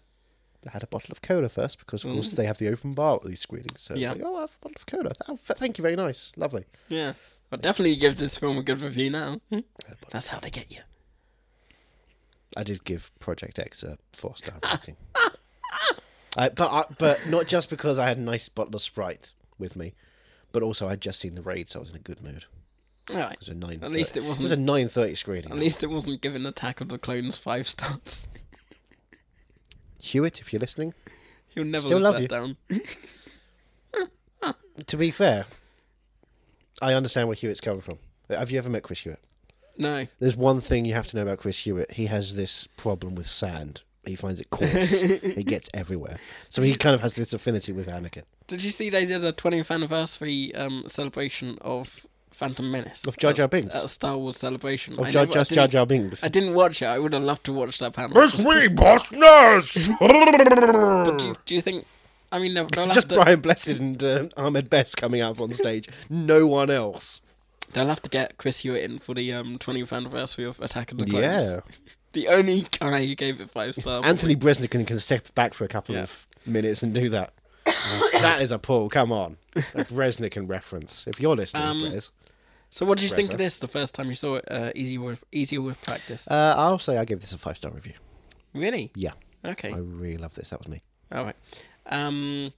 Speaker 1: had a bottle of cola first because of course they have the open bar at these screenings. So
Speaker 2: Yeah.
Speaker 1: it's like, oh, I have a bottle of cola. Th- oh, Thank you, very nice, lovely.
Speaker 2: Yeah. I'll definitely give this film a good review now.
Speaker 1: Hmm?
Speaker 2: That's how they get you.
Speaker 1: I did give Project X a four [laughs] star rating, uh, but I, but not just because I had a nice bottle of Sprite with me, but also I'd just seen the raid, so I was in a good mood.
Speaker 2: All right.
Speaker 1: It was a nine.
Speaker 2: At least it
Speaker 1: It was a
Speaker 2: wasn't.
Speaker 1: nine thirty screening.
Speaker 2: At least it wasn't giving Attack of the Clones five stars. [laughs]
Speaker 1: Hewitt, if you're listening.
Speaker 2: He'll never
Speaker 1: Still
Speaker 2: live
Speaker 1: love
Speaker 2: that
Speaker 1: you.
Speaker 2: down.
Speaker 1: To be fair, I understand where Hewitt's coming from. Have you ever met Chris Hewitt?
Speaker 2: No.
Speaker 1: There's one thing you have to know about Chris Hewitt. He has this problem with sand. He finds it
Speaker 2: [laughs]
Speaker 1: coarse. it gets everywhere. So he kind of has this affinity with Anakin.
Speaker 2: Did you see they did a 20th anniversary um, celebration of Phantom Menace?
Speaker 1: Of Jar Jar
Speaker 2: At-
Speaker 1: Binks?
Speaker 2: At Star Wars Celebration.
Speaker 1: Of
Speaker 2: I
Speaker 1: Jar,
Speaker 2: never- I
Speaker 1: just Jar
Speaker 2: didn't-
Speaker 1: Jar Binks.
Speaker 2: I didn't watch it. I would have loved to watch that panel. Just-
Speaker 1: me, boss nurse.
Speaker 2: But do you, do you think? I mean, they'll, they'll have
Speaker 1: Just
Speaker 2: to,
Speaker 1: Brian Blessed and uh, Ahmed Best coming up on stage. No one else.
Speaker 2: they'll have to get Chris Hewitt in for the um, 20th anniversary of Attack of the Clones.
Speaker 1: Yeah.
Speaker 2: The only guy who gave it five
Speaker 1: [laughs]
Speaker 2: stars.
Speaker 1: Anthony Bresnikan can step back for a couple
Speaker 2: Yeah.
Speaker 1: of minutes and do
Speaker 2: [coughs]
Speaker 1: that. that is a pull. Come on, a Bresnikan reference. If you're listening,
Speaker 2: Um,
Speaker 1: Brez,
Speaker 2: So, what did you think of this the first time you saw it? Uh, easy with, easier with practice.
Speaker 1: uh, I'll say I gave this a five star review.
Speaker 2: really?
Speaker 1: Yeah,
Speaker 2: Okay.
Speaker 1: I really love this. That was me.
Speaker 2: All right. Um.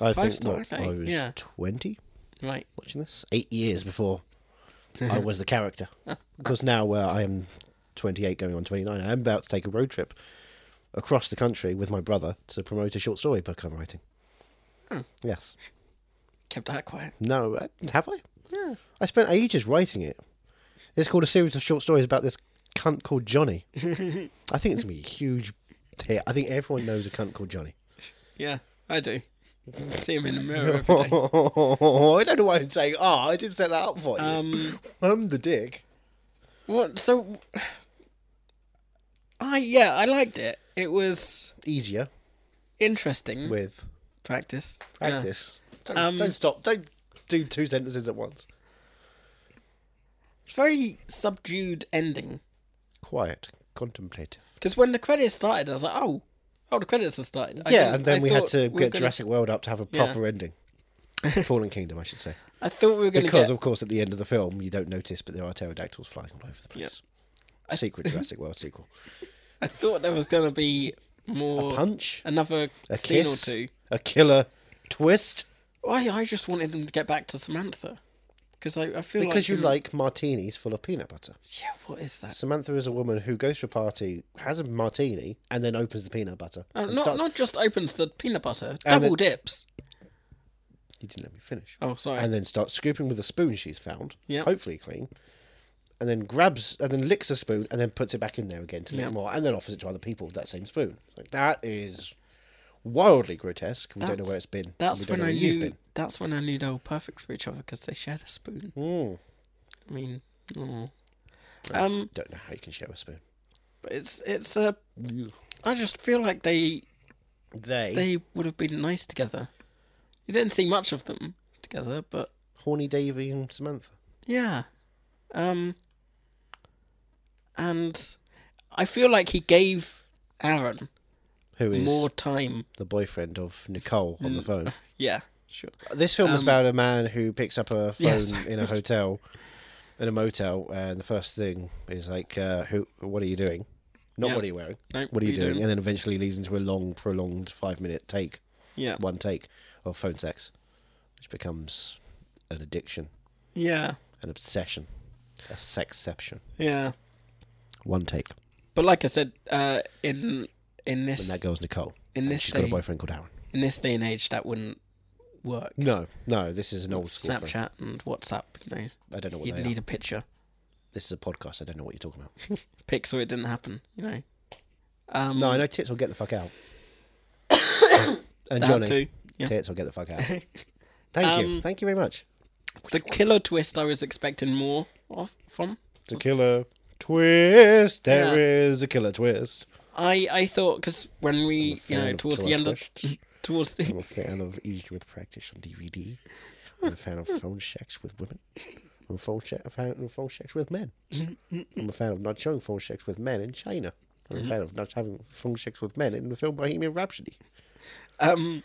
Speaker 1: I
Speaker 2: Five
Speaker 1: think
Speaker 2: star,
Speaker 1: what,
Speaker 2: okay,
Speaker 1: I was
Speaker 2: yeah.
Speaker 1: twenty
Speaker 2: Right.
Speaker 1: watching this. Eight years [laughs] before I was the character, because now uh, I am twenty eight, going on twenty nine. I am about to take a road trip across the country with my brother to promote a short story book I'm writing. Hmm. Yes.
Speaker 2: Kept that quiet.
Speaker 1: No, I- have I? Yeah. I spent ages writing it. It's called a series of short stories about this cunt called [laughs] Johnny. I think it's gonna be a huge hit. I think everyone knows a cunt called [laughs] Johnny.
Speaker 2: Yeah, I do. See him in the mirror every day.
Speaker 1: [laughs] Oh, I don't know why I'm saying. Ah, I did set that up for you.
Speaker 2: Um.
Speaker 1: [laughs] I'm the dick.
Speaker 2: What? So. I yeah, I liked it. It was
Speaker 1: Easier
Speaker 2: interesting.
Speaker 1: with
Speaker 2: practice. Yeah.
Speaker 1: practice. Don't,
Speaker 2: Um,
Speaker 1: don't stop. Don't do two sentences at once.
Speaker 2: It's very subdued ending.
Speaker 1: Quiet, contemplative.
Speaker 2: Because when the credits started, I was like, oh, oh, the credits have started. I
Speaker 1: yeah,
Speaker 2: didn't-
Speaker 1: and then
Speaker 2: I
Speaker 1: we had
Speaker 2: thought
Speaker 1: to
Speaker 2: we were
Speaker 1: get
Speaker 2: gonna-
Speaker 1: Jurassic World up to have a
Speaker 2: Yeah.
Speaker 1: proper
Speaker 2: [laughs]
Speaker 1: ending. Fallen Kingdom, I should say.
Speaker 2: I thought we were going to
Speaker 1: Because,
Speaker 2: get.
Speaker 1: of course, at the end of the film, you don't notice, but there are pterodactyls flying all over the place. Secret Jurassic World
Speaker 2: [laughs]
Speaker 1: sequel.
Speaker 2: I thought there was gonna be more
Speaker 1: Punch,
Speaker 2: another
Speaker 1: a
Speaker 2: scene
Speaker 1: kiss,
Speaker 2: or two.
Speaker 1: a killer twist.
Speaker 2: I I just wanted them to get back to Samantha because I, I feel
Speaker 1: Because
Speaker 2: like mm.
Speaker 1: you
Speaker 2: in-
Speaker 1: like martinis full of peanut butter.
Speaker 2: yeah what is that?
Speaker 1: Samantha is a woman who goes to a party, has a martini, and then opens the peanut butter.
Speaker 2: Uh,
Speaker 1: and
Speaker 2: not
Speaker 1: starts-
Speaker 2: not just opens the peanut butter
Speaker 1: And
Speaker 2: double
Speaker 1: the-
Speaker 2: dips.
Speaker 1: You didn't let me finish.
Speaker 2: Oh sorry.
Speaker 1: And then starts scooping with a spoon she's found,
Speaker 2: Yep.
Speaker 1: hopefully clean, and then grabs and then licks the spoon and then puts it back in there again to
Speaker 2: Yep.
Speaker 1: lick more, and then offers it to other people with that same spoon. Like, that is wildly grotesque. We don't know
Speaker 2: That's-
Speaker 1: where it's been. and
Speaker 2: That's
Speaker 1: we don't
Speaker 2: when
Speaker 1: know
Speaker 2: I
Speaker 1: where
Speaker 2: knew.
Speaker 1: you've been.
Speaker 2: That's when I knew they were perfect for each other because they shared a spoon.
Speaker 1: Mm.
Speaker 2: I mean, oh. um,
Speaker 1: Don't know how you can share a spoon.
Speaker 2: but it's it's uh, I just feel like they
Speaker 1: They,
Speaker 2: they would have been nice together. You didn't see much of them together, but
Speaker 1: horny Davy and Samantha.
Speaker 2: yeah, um, and I feel like he gave Aaron
Speaker 1: Who is
Speaker 2: more time.
Speaker 1: the boyfriend of Nicole on the phone?
Speaker 2: Yeah, sure.
Speaker 1: This film is
Speaker 2: Um,
Speaker 1: about a man who picks up
Speaker 2: [laughs]
Speaker 1: a phone
Speaker 2: Yes.
Speaker 1: in a hotel, in a motel, and the first thing is like, uh, "Who? What are you doing? Not
Speaker 2: Yeah.
Speaker 1: what are you wearing?
Speaker 2: No,
Speaker 1: what are you doing? And then eventually leads into a long, prolonged five-minute take,
Speaker 2: Yeah,
Speaker 1: one take of phone sex, which becomes an addiction,
Speaker 2: yeah,
Speaker 1: an obsession, a sexception.
Speaker 2: yeah.
Speaker 1: One take.
Speaker 2: But like I said, uh, in in
Speaker 1: And
Speaker 2: this
Speaker 1: that girl's Nicole.
Speaker 2: in
Speaker 1: and
Speaker 2: this
Speaker 1: she's got a
Speaker 2: day-
Speaker 1: boyfriend called Aaron.
Speaker 2: in this day and age, that wouldn't work.
Speaker 1: No, no, this is an old school thing.
Speaker 2: Snapchat and WhatsApp, you know,
Speaker 1: I don't know what
Speaker 2: you'd
Speaker 1: they
Speaker 2: need
Speaker 1: are.
Speaker 2: a picture.
Speaker 1: This is a podcast. I don't know what you're talking about.
Speaker 2: [laughs] Pixel, it didn't happen, you know. Um,
Speaker 1: No, I know tits will get the fuck
Speaker 2: [coughs]
Speaker 1: out. and
Speaker 2: that
Speaker 1: Johnny,
Speaker 2: too. Yeah. Um,
Speaker 1: tits will get the
Speaker 2: [laughs]
Speaker 1: fuck out. Thank you, thank you very much.
Speaker 2: The killer twist I was expecting more of from.
Speaker 1: It's a killer twist. There
Speaker 2: Yeah.
Speaker 1: is a killer twist.
Speaker 2: I I thought because when
Speaker 1: I'm a
Speaker 2: we you
Speaker 1: fan
Speaker 2: know
Speaker 1: of
Speaker 2: towards the
Speaker 1: killer
Speaker 2: end of
Speaker 1: twists.
Speaker 2: towards
Speaker 1: I'm a
Speaker 2: the
Speaker 1: fan of E with practice on DVD. I'm a fan of phone sex with women. I'm a phone se- a fan of phone sex with men. I'm a fan of not showing phone sex with men in China. I'm a fan of not having phone sex with men in the film Bohemian Rhapsody.
Speaker 2: [laughs] um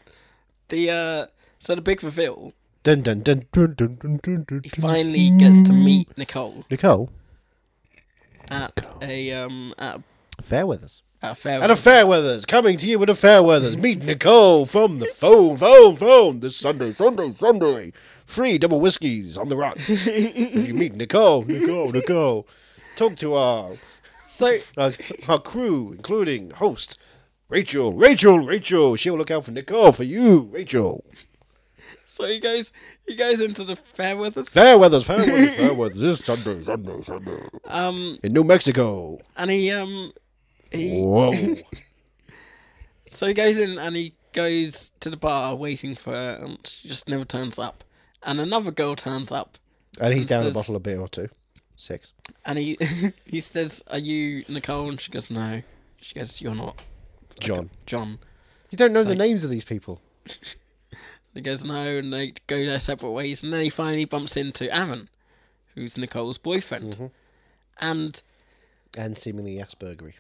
Speaker 2: the uh so the big reveal
Speaker 1: Dun dun dun dun dun dun dun dun.
Speaker 2: he finally gets to meet Nicole
Speaker 1: Nicole,
Speaker 2: at a um at a,
Speaker 1: Fairweathers.
Speaker 2: at a fair
Speaker 1: And a Fairweathers coming to you with a Fairweathers. Meet Nicole from the phone, phone, phone this Sunday, Sunday, Sunday. Free double whiskeys on the rocks. if you meet Nicole, Nicole, Nicole, talk to our
Speaker 2: so
Speaker 1: our, our Uh, crew, including host Rachel, Rachel, Rachel. She'll look out for Nicole for you, Rachel.
Speaker 2: so he goes he goes into the fair with us
Speaker 1: Fairweathers, Fairweathers, Fairweathers this Sunday, Sunday, Sunday.
Speaker 2: um
Speaker 1: In New Mexico.
Speaker 2: and he um
Speaker 1: [coughs]
Speaker 2: he
Speaker 1: Whoa.
Speaker 2: So he goes in and he goes to the bar waiting for her and she just never turns up. And another girl turns up
Speaker 1: And he's
Speaker 2: And
Speaker 1: down a
Speaker 2: says-
Speaker 1: bottle of beer or two. Six.
Speaker 2: and he [laughs] he says, Are you Nicole? And she goes, No. She goes, You're not
Speaker 1: John.
Speaker 2: John.
Speaker 1: You don't know the names of these people.
Speaker 2: He goes, No, and they go their separate ways and then he finally bumps into Aaron, who's Nicole's boyfriend. And
Speaker 1: And seemingly Aspergery.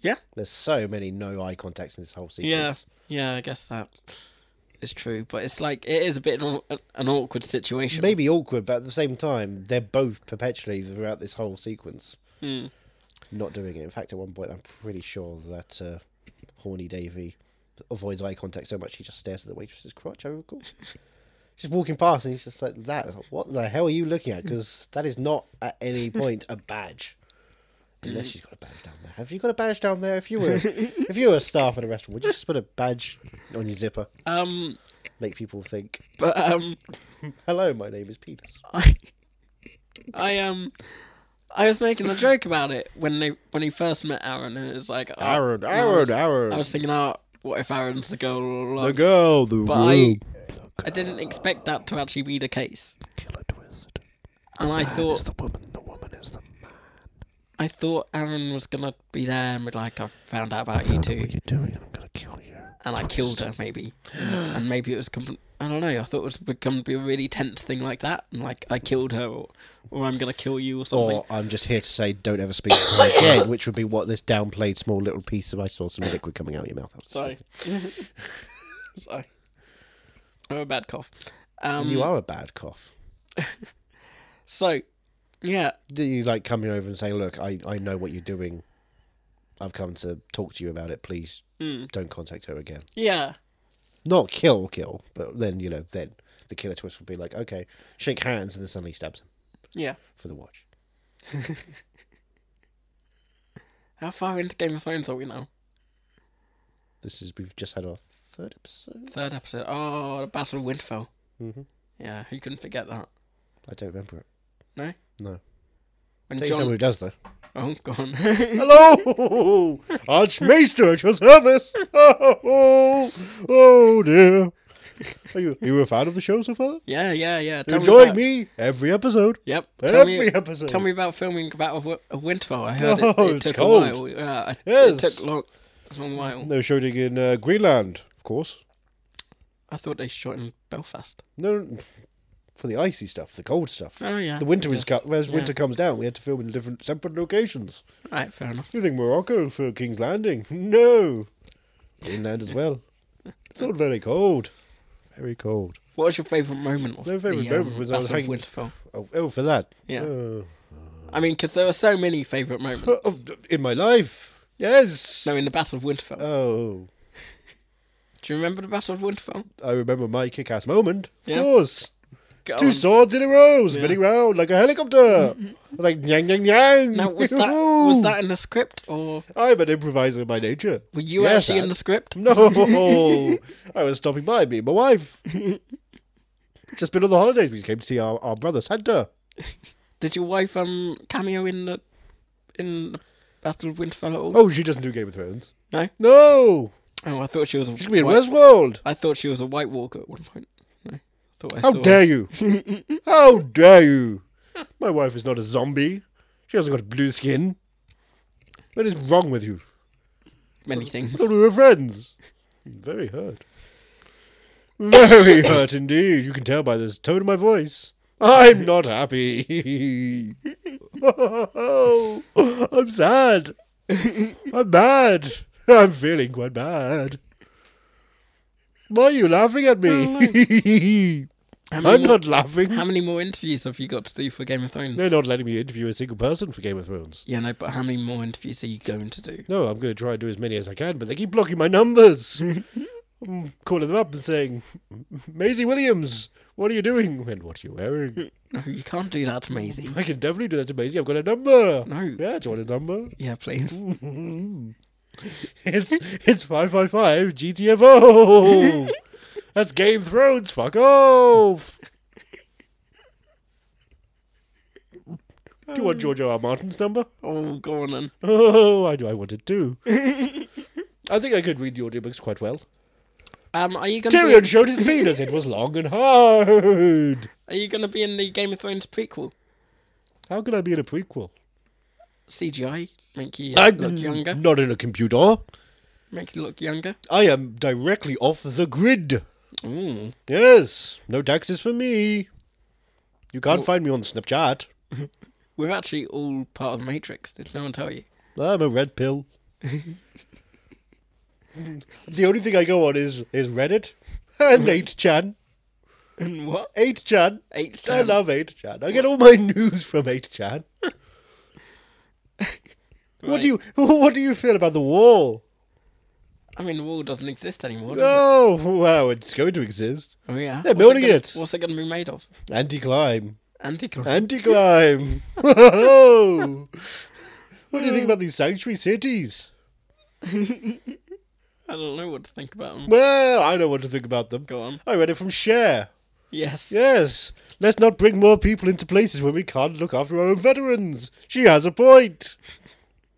Speaker 2: yeah.
Speaker 1: There's so many no eye contacts in this whole sequence.
Speaker 2: Yeah. Yeah, I guess that is true. But it's like it is a bit of an- an awkward situation.
Speaker 1: Maybe awkward, but at the same time, they're both perpetually throughout this whole sequence not doing it. In fact, at one point, I'm pretty sure that uh, Horny Davy avoids eye contact so much he just stares at the waitress's crotch. I recall. [laughs] She's walking past and he's just like that. It's like, what the hell are you looking at? Because that is not at any point a badge. Unless she's got a badge down there. Have you got a badge down there? If you were, if you were a staff at a restaurant, would you just put a badge on your zipper?
Speaker 2: Um
Speaker 1: Make people think,
Speaker 2: but um
Speaker 1: "Hello, my name is Penis."
Speaker 2: I, I um, I was making a joke about it when they when he first met Aaron, and it was like oh,
Speaker 1: Aaron,
Speaker 2: and I
Speaker 1: Aaron,
Speaker 2: was-
Speaker 1: Aaron.
Speaker 2: I was thinking, oh, what if Aaron's the girl all along?
Speaker 1: The girl, the
Speaker 2: but I, I didn't expect that to actually be the case.
Speaker 8: Killer twist.
Speaker 2: And I thought,
Speaker 8: The woman, the woman is the man.
Speaker 2: I thought Aaron was gonna be there and be like, I found out about you too,
Speaker 8: What you doing? I'm gonna kill you.
Speaker 2: and I killed her maybe, and, and maybe it was. Com- I don't know. I thought it was going to be a really tense thing like that, and like I killed her, or, or I'm gonna kill you, or something.
Speaker 8: Oh,
Speaker 1: Or I'm just here to say, don't ever
Speaker 2: [coughs]
Speaker 1: speak to me again, which would be what this downplayed small little piece of I saw some liquid coming out of your mouth. That was
Speaker 2: Sorry.
Speaker 1: disgusting.
Speaker 2: [laughs] Sorry. I'm a bad cough. Um,
Speaker 1: you are a bad cough.
Speaker 2: So, Yeah.
Speaker 1: Do you like coming over and saying, "Look, I, I know what you're doing. I've come to talk to you about it. Please don't contact her again."
Speaker 2: Yeah.
Speaker 1: Not kill, kill, but then you know, then the killer twist would be like, "Okay, shake hands," and then suddenly stabs him
Speaker 2: Yeah.
Speaker 1: for the watch.
Speaker 2: How far into Game of Thrones are we now?
Speaker 1: This is we've just had our third episode.
Speaker 2: Third episode. Oh, the Battle of Winterfell. Mm-hmm. Yeah, who can forget that?
Speaker 1: I don't remember it.
Speaker 2: No?
Speaker 1: No,
Speaker 2: When
Speaker 1: tell you someone who
Speaker 2: John...
Speaker 1: does though.
Speaker 2: [laughs] Oh, gone. [laughs]
Speaker 1: Hello, Archmaester at your service. [laughs] Oh, oh, oh dear. Are you, are you a fan of the show so far?
Speaker 2: yeah, yeah, yeah.
Speaker 1: You
Speaker 2: Tell
Speaker 1: enjoying
Speaker 2: about-
Speaker 1: me, every episode.
Speaker 2: Yep.
Speaker 1: Every episode.
Speaker 2: Tell me about filming Battle of Wi- of Winterfell. I heard it,
Speaker 1: [laughs] Oh,
Speaker 2: it
Speaker 1: it's
Speaker 2: took
Speaker 1: cold.
Speaker 2: a while. Yeah, I-
Speaker 1: Yes.
Speaker 2: It took long, a long while.
Speaker 1: They were shooting in uh, Greenland, of course.
Speaker 2: I thought they shot in Belfast.
Speaker 1: No, for the icy stuff, the cold stuff.
Speaker 2: Oh, yeah,
Speaker 1: The winter
Speaker 2: I
Speaker 1: is
Speaker 2: guess.
Speaker 1: cut. As
Speaker 2: Yeah.
Speaker 1: winter comes down, we had to film in different, separate locations.
Speaker 2: Right, fair enough.
Speaker 1: You think Morocco for King's Landing? [laughs] No, Greenland as well. It's all very cold. Very cold.
Speaker 2: What was your favourite moment? Of
Speaker 1: No favourite
Speaker 2: the,
Speaker 1: moment
Speaker 2: um,
Speaker 1: was I
Speaker 2: Battle
Speaker 1: was
Speaker 2: of
Speaker 1: hanging-
Speaker 2: Winterfell.
Speaker 1: Oh, oh for that.
Speaker 2: Yeah.
Speaker 1: Oh.
Speaker 2: I mean, because there were so many favourite
Speaker 1: [laughs] Oh,
Speaker 2: moments.
Speaker 1: oh, in my life, yes.
Speaker 2: no, in the Battle of Winterfell.
Speaker 1: Oh,
Speaker 2: Do you remember the Battle of Winterfell?
Speaker 1: I remember my kick-ass moment. Of
Speaker 2: Yeah.
Speaker 1: course.
Speaker 2: Go
Speaker 1: Two
Speaker 2: on.
Speaker 1: swords in a row, spinning round like a
Speaker 2: [laughs]
Speaker 1: helicopter. I was like, yang, yang, yang.
Speaker 2: Now, was
Speaker 1: [laughs]
Speaker 2: that was that in the script or
Speaker 1: I'm an improviser by nature.
Speaker 2: were you
Speaker 1: Yes,
Speaker 2: actually in
Speaker 1: Ad.
Speaker 2: the script? [laughs]
Speaker 1: No, I was stopping by me and my wife. Just been on the holidays. We came to see our, our brother Santa.
Speaker 2: Did your wife um cameo in the in the Battle of Winterfell at all?
Speaker 1: Oh, she doesn't do Game of Thrones.
Speaker 2: No.
Speaker 1: No,
Speaker 2: Oh, I thought she was. A
Speaker 1: she could be in
Speaker 2: white-
Speaker 1: Westworld.
Speaker 2: I thought she was a White Walker at one point. No, I thought I
Speaker 1: How
Speaker 2: saw
Speaker 1: dare you?
Speaker 2: [laughs]
Speaker 1: How dare you? My wife is not a zombie. She hasn't got blue skin. What is wrong with you?
Speaker 2: many things.
Speaker 1: Thought we were friends. Very hurt.
Speaker 2: [coughs]
Speaker 1: Very hurt indeed. You can tell by the tone of my voice. I'm not happy. [laughs] I'm sad. I'm mad. I'm feeling quite bad. Why are you laughing at me?
Speaker 2: How many
Speaker 1: [laughs] I'm
Speaker 2: more,
Speaker 1: not laughing.
Speaker 2: How many more interviews have you got to do for Game of Thrones?
Speaker 1: They're not letting me interview a single person for Game of Thrones.
Speaker 2: Yeah, no, but how many more interviews are you going to do?
Speaker 1: No, I'm going to try and do as many as I can, but they keep blocking my numbers. I'm calling them up and saying, Maisie Williams, what are you doing? And what are you wearing?
Speaker 2: No, you can't do that to Maisie.
Speaker 1: I can definitely do that to Maisie. I've got a number.
Speaker 2: No.
Speaker 1: Yeah, do you want a number?
Speaker 2: Yeah,
Speaker 1: [laughs]
Speaker 2: please.
Speaker 1: It's [laughs] it's 555 GTFO. That's Game Thrones. Fuck off. Do you want George R. R. Martin's number?
Speaker 2: Oh, go on then.
Speaker 1: Oh, I do. I want it too. I think I could read the audiobooks quite well.
Speaker 2: Um, are you gonna be
Speaker 1: Tyrion showed his penis. It was long and hard.
Speaker 2: are you gonna be in the Game of Thrones prequel?
Speaker 1: How could I be in a prequel?
Speaker 2: CGI make you
Speaker 1: I'm
Speaker 2: look younger.
Speaker 1: not in a computer.
Speaker 2: Make you look younger.
Speaker 1: I am directly off the grid.
Speaker 2: Ooh.
Speaker 1: Yes, no taxes for me. You can't find me on Snapchat.
Speaker 2: We're actually all part of the Matrix. Did no one
Speaker 1: [laughs]
Speaker 2: tell you?
Speaker 1: I'm a red
Speaker 2: [laughs]
Speaker 1: pill. the only thing I go on is is Reddit and 8chan.
Speaker 2: And what?
Speaker 1: 8chan.
Speaker 2: Eight.
Speaker 1: I love 8chan. I get all my [laughs] news from 8chan. What do you [laughs] what do you feel about the wall?
Speaker 2: I mean, the wall doesn't exist anymore. Does it?
Speaker 1: Oh, wow, it's going to exist.
Speaker 2: Oh yeah.
Speaker 1: They're
Speaker 2: What's
Speaker 1: building
Speaker 2: gonna-
Speaker 1: it.
Speaker 2: What's it gonna be made of?
Speaker 1: Anti climb.
Speaker 2: Anticlimb.
Speaker 1: Anti [laughs]
Speaker 2: [laughs]
Speaker 1: climb. what do you think about these sanctuary cities?
Speaker 2: I don't know what to think about 'em.
Speaker 1: Well, I know what to think about them.
Speaker 2: Go on.
Speaker 1: I read it from Share.
Speaker 2: Yes.
Speaker 1: Yes. Let's not bring more people into places where we can't look after our own veterans. She has a point.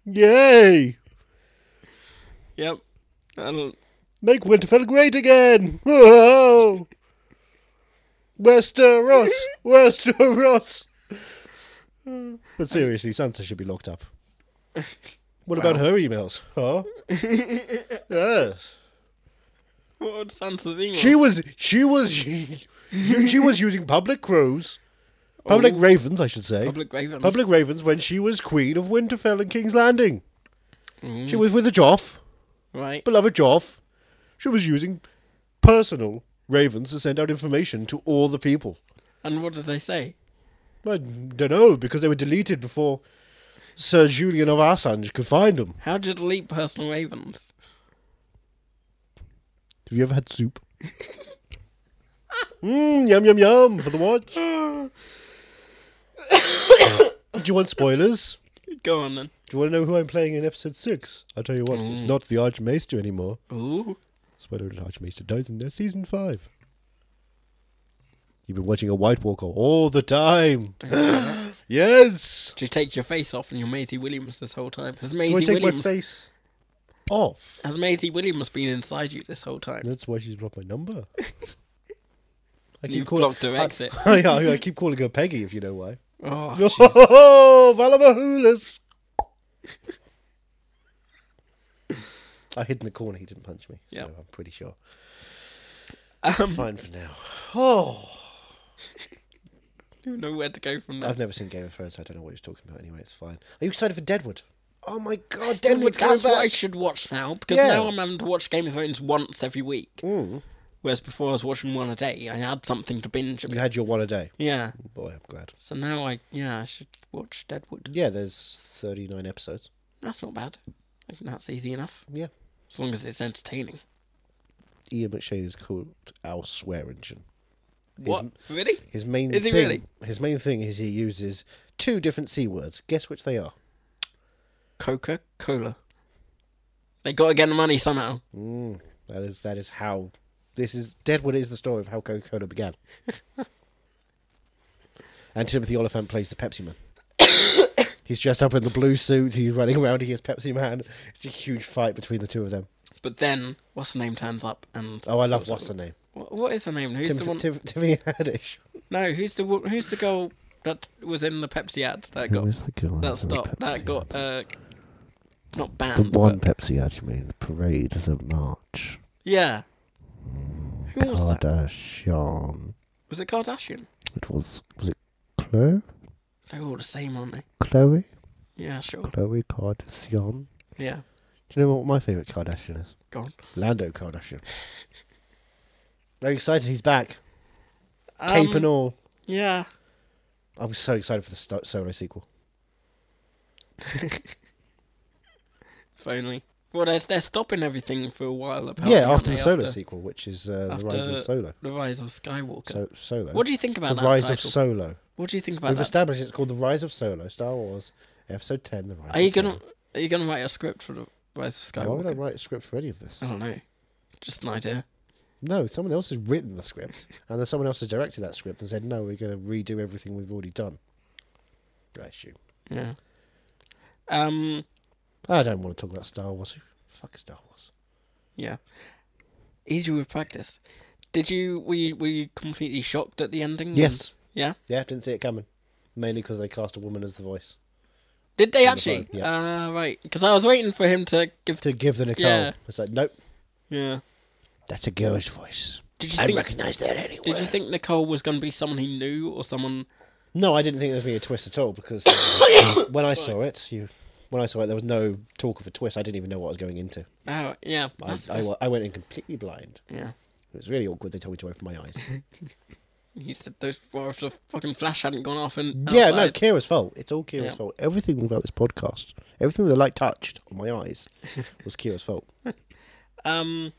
Speaker 1: Yay.
Speaker 2: Yep. I don't.
Speaker 1: Make Winterfell great again! Whoa! Westeros! Westeros! But seriously, Sansa should be locked up. What about her emails? Huh? yes.
Speaker 2: What would Sansa's emails?
Speaker 1: She was she was she, was using public crows. Public ravens, I should say.
Speaker 2: public ravens.
Speaker 1: Public ravens when she was queen of Winterfell and King's Landing. She was with a Joff.
Speaker 2: Right.
Speaker 1: beloved Joff, she was using personal ravens to send out information to all the people.
Speaker 2: And what did they say?
Speaker 1: I don't know because they were deleted before Sir Julian of Assange could find them.
Speaker 2: How do you delete personal avens?
Speaker 1: Have you ever had soup? Mmm, yum yum yum for the watch. Do you want spoilers?
Speaker 2: Go on then.
Speaker 1: Do you want to know who I'm playing in episode six? I'll tell you what, it's not the Archmaester anymore.
Speaker 2: Ooh.
Speaker 1: Spoiler alert, Archmaester dies in uh, season five. You've been watching a White Walker all the time. [gasps] yes!
Speaker 2: Did you take your face off and you're Maisie Williams this whole time? Has
Speaker 1: Do I
Speaker 2: Maisie
Speaker 1: take my
Speaker 2: Williams
Speaker 1: face off?
Speaker 2: has Maisie Williams been inside you this whole time?
Speaker 1: That's why she's blocked my
Speaker 2: [laughs]
Speaker 1: number. I
Speaker 2: You've
Speaker 1: call-
Speaker 2: blocked her
Speaker 1: I-
Speaker 2: exit.
Speaker 1: [laughs] I, I, keep calling her Peggy, if you know
Speaker 2: [laughs]
Speaker 1: why.
Speaker 2: Oh,
Speaker 1: [laughs] Oh, Valamahulas! I hid in the corner. He didn't punch me, so
Speaker 2: Yeah.
Speaker 1: I'm pretty sure.
Speaker 2: Um,
Speaker 1: Fine for now. Oh,
Speaker 2: you know where to go from there.
Speaker 1: I've never seen Game of Thrones. So I don't know what he's talking about. Anyway, it's fine. Are you excited for Deadwood? Oh my God, Deadwood's coming
Speaker 2: That's
Speaker 1: back!
Speaker 2: what I should watch now because
Speaker 1: Yeah. Mm.
Speaker 2: now I'm having to watch Game of Thrones once every week. Whereas before I was watching one a day, I had something to binge.
Speaker 1: You had your one a day.
Speaker 2: Yeah.
Speaker 1: Boy, I'm glad.
Speaker 2: So now I yeah I should watch Deadwood.
Speaker 1: Yeah, there's 39 episodes.
Speaker 2: That's not bad. I think that's easy enough
Speaker 1: Yeah.
Speaker 2: as long as it's entertaining.
Speaker 1: Ian McShane is called Al Swear Engine.
Speaker 2: What really?
Speaker 1: His main
Speaker 2: Is he
Speaker 1: thing,
Speaker 2: really?
Speaker 1: his main thing is he uses two different c words. Guess which they are.
Speaker 2: Coca Cola. They got to get the money somehow.
Speaker 1: That is that is how this is Deadwood is the story of how Coca Cola
Speaker 2: [laughs]
Speaker 1: began. and Timothy Oliphant plays the Pepsi Man. [coughs] he's dressed up in the blue suit. He's running around. He is Pepsi Man. It's a huge fight between the two of them.
Speaker 2: But then what's the name turns up and
Speaker 1: Oh, I love what's her name?
Speaker 2: What, what is her name? Who's the
Speaker 1: Timothy Tim,
Speaker 2: one?
Speaker 1: Tiffany Haddish.
Speaker 2: No, who's the wo- who's the girl that was in the Pepsi ad that got
Speaker 8: is the girl in
Speaker 2: that
Speaker 8: those
Speaker 2: stopped that
Speaker 8: Pepsi
Speaker 2: got uh not
Speaker 8: The
Speaker 2: banned
Speaker 8: one
Speaker 2: but,
Speaker 8: Pepsi ad, you mean? The parade, the march.
Speaker 2: yeah. Who was that?
Speaker 8: Kardashian.
Speaker 2: Was it Kardashian?
Speaker 8: It was, was it Chloe?
Speaker 2: They're all the same, aren't they?
Speaker 8: Chloe?
Speaker 2: Yeah, sure.
Speaker 8: Chloe Kardashian?
Speaker 2: Yeah,
Speaker 1: Do you know what my favorite Kardashian is?
Speaker 2: gone.
Speaker 1: Lando Kardashian. Very excited he's back.
Speaker 2: Um,
Speaker 1: Cape and all.
Speaker 2: Yeah.
Speaker 1: I was so excited for the sto- solo sequel.
Speaker 2: If only. Well, they're, they're stopping everything for a while. Apparently,
Speaker 1: yeah,
Speaker 2: aren't
Speaker 1: after the
Speaker 2: they?
Speaker 1: solo sequel, which is uh,
Speaker 2: after
Speaker 1: the rise of Solo.
Speaker 2: The Rise of Skywalker.
Speaker 1: So, solo.
Speaker 2: What do you think about
Speaker 1: the
Speaker 2: that
Speaker 1: rise
Speaker 2: title?
Speaker 1: of Solo?
Speaker 2: what do you think about
Speaker 1: We've
Speaker 2: that?
Speaker 1: established it's called the Rise of Solo, Star Wars Episode Ten. The Rise.
Speaker 2: Are you
Speaker 1: of
Speaker 2: gonna
Speaker 1: Solo.
Speaker 2: Are you gonna write a script for the Rise of Skywalker?
Speaker 1: Why would I write a script for any of this?
Speaker 2: I don't know. Just an idea.
Speaker 1: No, someone else has written the script, and then someone else has directed that script and said, "No, we're going to redo everything we've already done." I assume.
Speaker 2: Yeah. Um.
Speaker 1: I don't want to talk about Star Wars. Who the Fuck Star Wars.
Speaker 2: Yeah. Easy with practice. Did you were you, were you completely shocked at the ending?
Speaker 1: Yes.
Speaker 2: Yeah.
Speaker 1: Yeah, didn't see it coming. Mainly because they cast a woman as the voice
Speaker 2: Did they
Speaker 1: On the
Speaker 2: actually?
Speaker 1: phone, yeah.
Speaker 2: Uh, right. Because I was waiting for him to give.
Speaker 1: to give the Nicole.
Speaker 2: Yeah.
Speaker 1: It's like, nope,
Speaker 2: yeah.
Speaker 1: that's a girl's voice.
Speaker 2: Did you
Speaker 1: I
Speaker 2: think?
Speaker 1: recognise that anyway.
Speaker 2: Did you think Nicole was going to be someone he knew or someone?
Speaker 1: No, I didn't think there was going to be a twist at all
Speaker 2: [coughs]
Speaker 1: because when I saw it, you, when I saw it, there was no talk of a twist. I didn't even know what I was going into.
Speaker 2: Oh yeah.
Speaker 1: I,
Speaker 2: that's-
Speaker 1: I,
Speaker 2: that's-
Speaker 1: wa- I went in completely blind.
Speaker 2: yeah.
Speaker 1: It was really awkward. They told me to open my
Speaker 2: [laughs]
Speaker 1: eyes.
Speaker 2: You said those well, if the fucking flash hadn't gone off and
Speaker 1: yeah, no,
Speaker 2: outside-
Speaker 1: Kira's fault. It's all Kira's
Speaker 2: Yeah.
Speaker 1: fault. Everything about this podcast, everything the light touched on my
Speaker 2: [laughs]
Speaker 1: eyes, was Kira's fault.
Speaker 2: Um.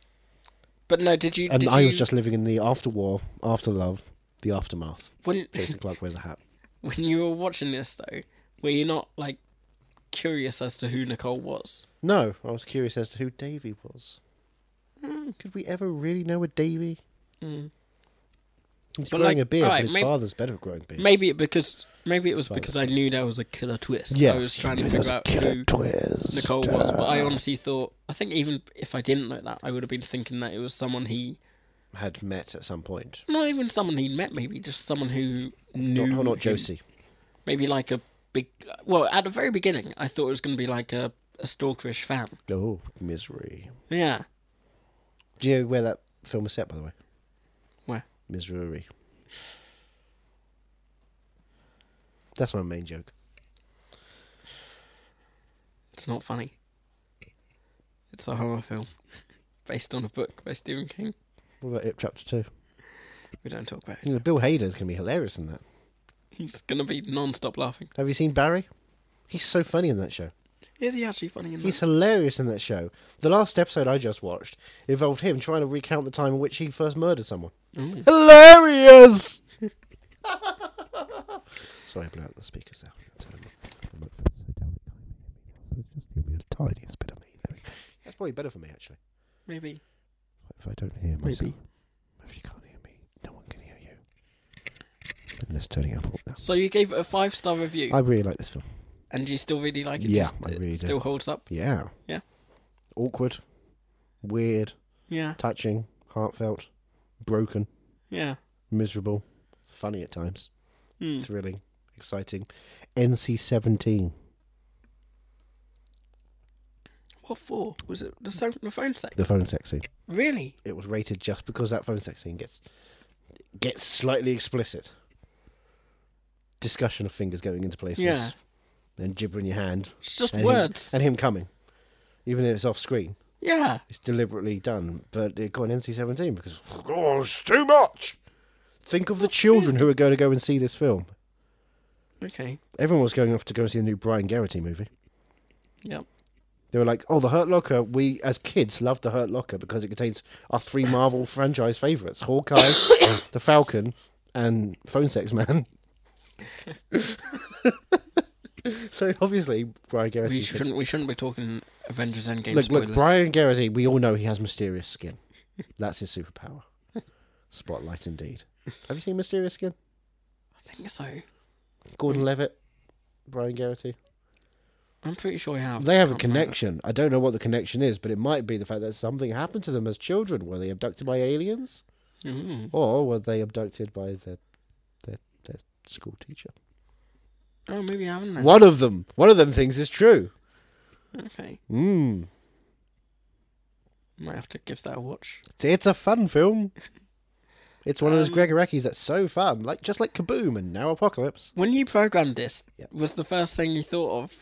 Speaker 2: But no, did you?
Speaker 1: And
Speaker 2: did
Speaker 1: I
Speaker 2: you,
Speaker 1: was just living in the after war, after love, the aftermath.
Speaker 2: when
Speaker 1: Jason Clark wears a hat.
Speaker 2: [laughs] when you were watching this though, were you not like curious as to who Nicole was?
Speaker 1: No, I was curious as to who Davy was.
Speaker 2: Hmm.
Speaker 1: Could we ever really know a Davy? He's
Speaker 2: But,
Speaker 1: growing
Speaker 2: like,
Speaker 1: a beard,
Speaker 2: alright,
Speaker 1: but his
Speaker 2: mayb-
Speaker 1: father's better at growing beards.
Speaker 2: Maybe it because maybe it was
Speaker 1: Slightly.
Speaker 2: because I knew there was a killer twist. I
Speaker 1: Yes. Uh.
Speaker 2: was trying to
Speaker 8: It was
Speaker 2: figure
Speaker 8: a
Speaker 2: out
Speaker 8: killer
Speaker 2: who
Speaker 8: twist.
Speaker 2: Nicole was, but I honestly thought I think even if I didn't know that, I would have been thinking that it was someone he
Speaker 1: had met at some point.
Speaker 2: not even someone he'd met, maybe just someone who knew
Speaker 1: Not, oh,
Speaker 2: him.
Speaker 1: not Josie.
Speaker 2: Maybe like a big well, at the very beginning I thought it was gonna be like a, a stalkerish fan.
Speaker 1: Oh, misery.
Speaker 2: Yeah.
Speaker 1: Do you know where that film was set, by the way?
Speaker 2: Where?
Speaker 1: Misery. That's my main joke.
Speaker 2: It's not funny. It's a horror film [laughs] based on a book by Stephen King.
Speaker 1: What about It Chapter Two?
Speaker 2: We don't talk about it.
Speaker 1: You know, Bill Hader's gonna be hilarious in that.
Speaker 2: He's gonna be non-stop laughing.
Speaker 1: Have you seen Barry? He's so funny in that show.
Speaker 2: Is he actually funny? In
Speaker 1: He's
Speaker 2: that?
Speaker 1: hilarious in that show. The last episode I just watched involved him trying to recount the time in which he first murdered someone. Hilarious! [laughs] Sorry, I blew out the speakers there.
Speaker 8: Tiniest bit of me. There we go.
Speaker 1: That's probably better for me, actually.
Speaker 2: Maybe.
Speaker 8: If I don't hear myself,
Speaker 2: Maybe.
Speaker 8: if you can't hear me, no one can hear you. Unless Tony Apple. No.
Speaker 2: So you gave it a five-star review,
Speaker 1: I really like this film.
Speaker 2: and you still really like it.
Speaker 1: Yeah,
Speaker 2: just,
Speaker 1: I
Speaker 2: it
Speaker 1: really do.
Speaker 2: still holds up.
Speaker 1: Yeah.
Speaker 2: Yeah.
Speaker 1: Awkward, weird,
Speaker 2: Yeah,
Speaker 1: touching, heartfelt, broken,
Speaker 2: yeah.
Speaker 1: miserable, funny at times,
Speaker 2: Hmm.
Speaker 1: thrilling, exciting. NC 17.
Speaker 2: What for? Was it the, so- the phone sex?
Speaker 1: The phone sex scene.
Speaker 2: really?
Speaker 1: It was rated just because that phone sex scene gets gets slightly explicit. Discussion of fingers going into places.
Speaker 2: Yeah.
Speaker 1: And jibber in your hand.
Speaker 2: It's just
Speaker 1: and him-
Speaker 2: words.
Speaker 1: and him coming. Even if it's off screen.
Speaker 2: yeah.
Speaker 1: It's deliberately done. But it got an NC seventeen because oh, it's too much. Think of the children who are going to go and see this film.
Speaker 2: Okay.
Speaker 1: Everyone was going off to go and see the new Brian Garrity movie.
Speaker 2: Yep.
Speaker 1: They were like, "Oh, the Hurt Locker." We, as kids, loved the Hurt Locker because it contains our three Marvel franchise favorites: Hawkeye, [coughs] the Falcon, and Phone Sex Man. [laughs] so obviously, Brian Garrity.
Speaker 2: We shouldn't. We shouldn't be talking Avengers Endgame
Speaker 1: look,
Speaker 2: spoilers.
Speaker 1: look, Brian Garrity. We all know he has mysterious skin. That's his
Speaker 2: [laughs]
Speaker 1: superpower. Spotlight, indeed. Have you seen Mysterious Skin?
Speaker 2: I think so.
Speaker 1: Gordon Levitt, Brian Garrity.
Speaker 2: I'm pretty sure I have.
Speaker 1: They have a
Speaker 2: Oh, Can't remember.
Speaker 1: connection. I don't know what the connection is, but it might be the fact that something happened to them as children. Were they abducted by aliens,
Speaker 2: Ooh.
Speaker 1: or were they abducted by their their, their school teacher?
Speaker 2: Oh, maybe I haven't. Then.
Speaker 1: One of them. One of them things is true.
Speaker 2: Okay.
Speaker 1: Mm.
Speaker 2: Might have to give that a watch.
Speaker 1: It's a fun film. It's one of those
Speaker 2: Um,
Speaker 1: Gregorakis that's so fun, like just like Kaboom and now Apocalypse.
Speaker 2: When you programmed this,
Speaker 1: Yeah.
Speaker 2: was the first thing you thought of?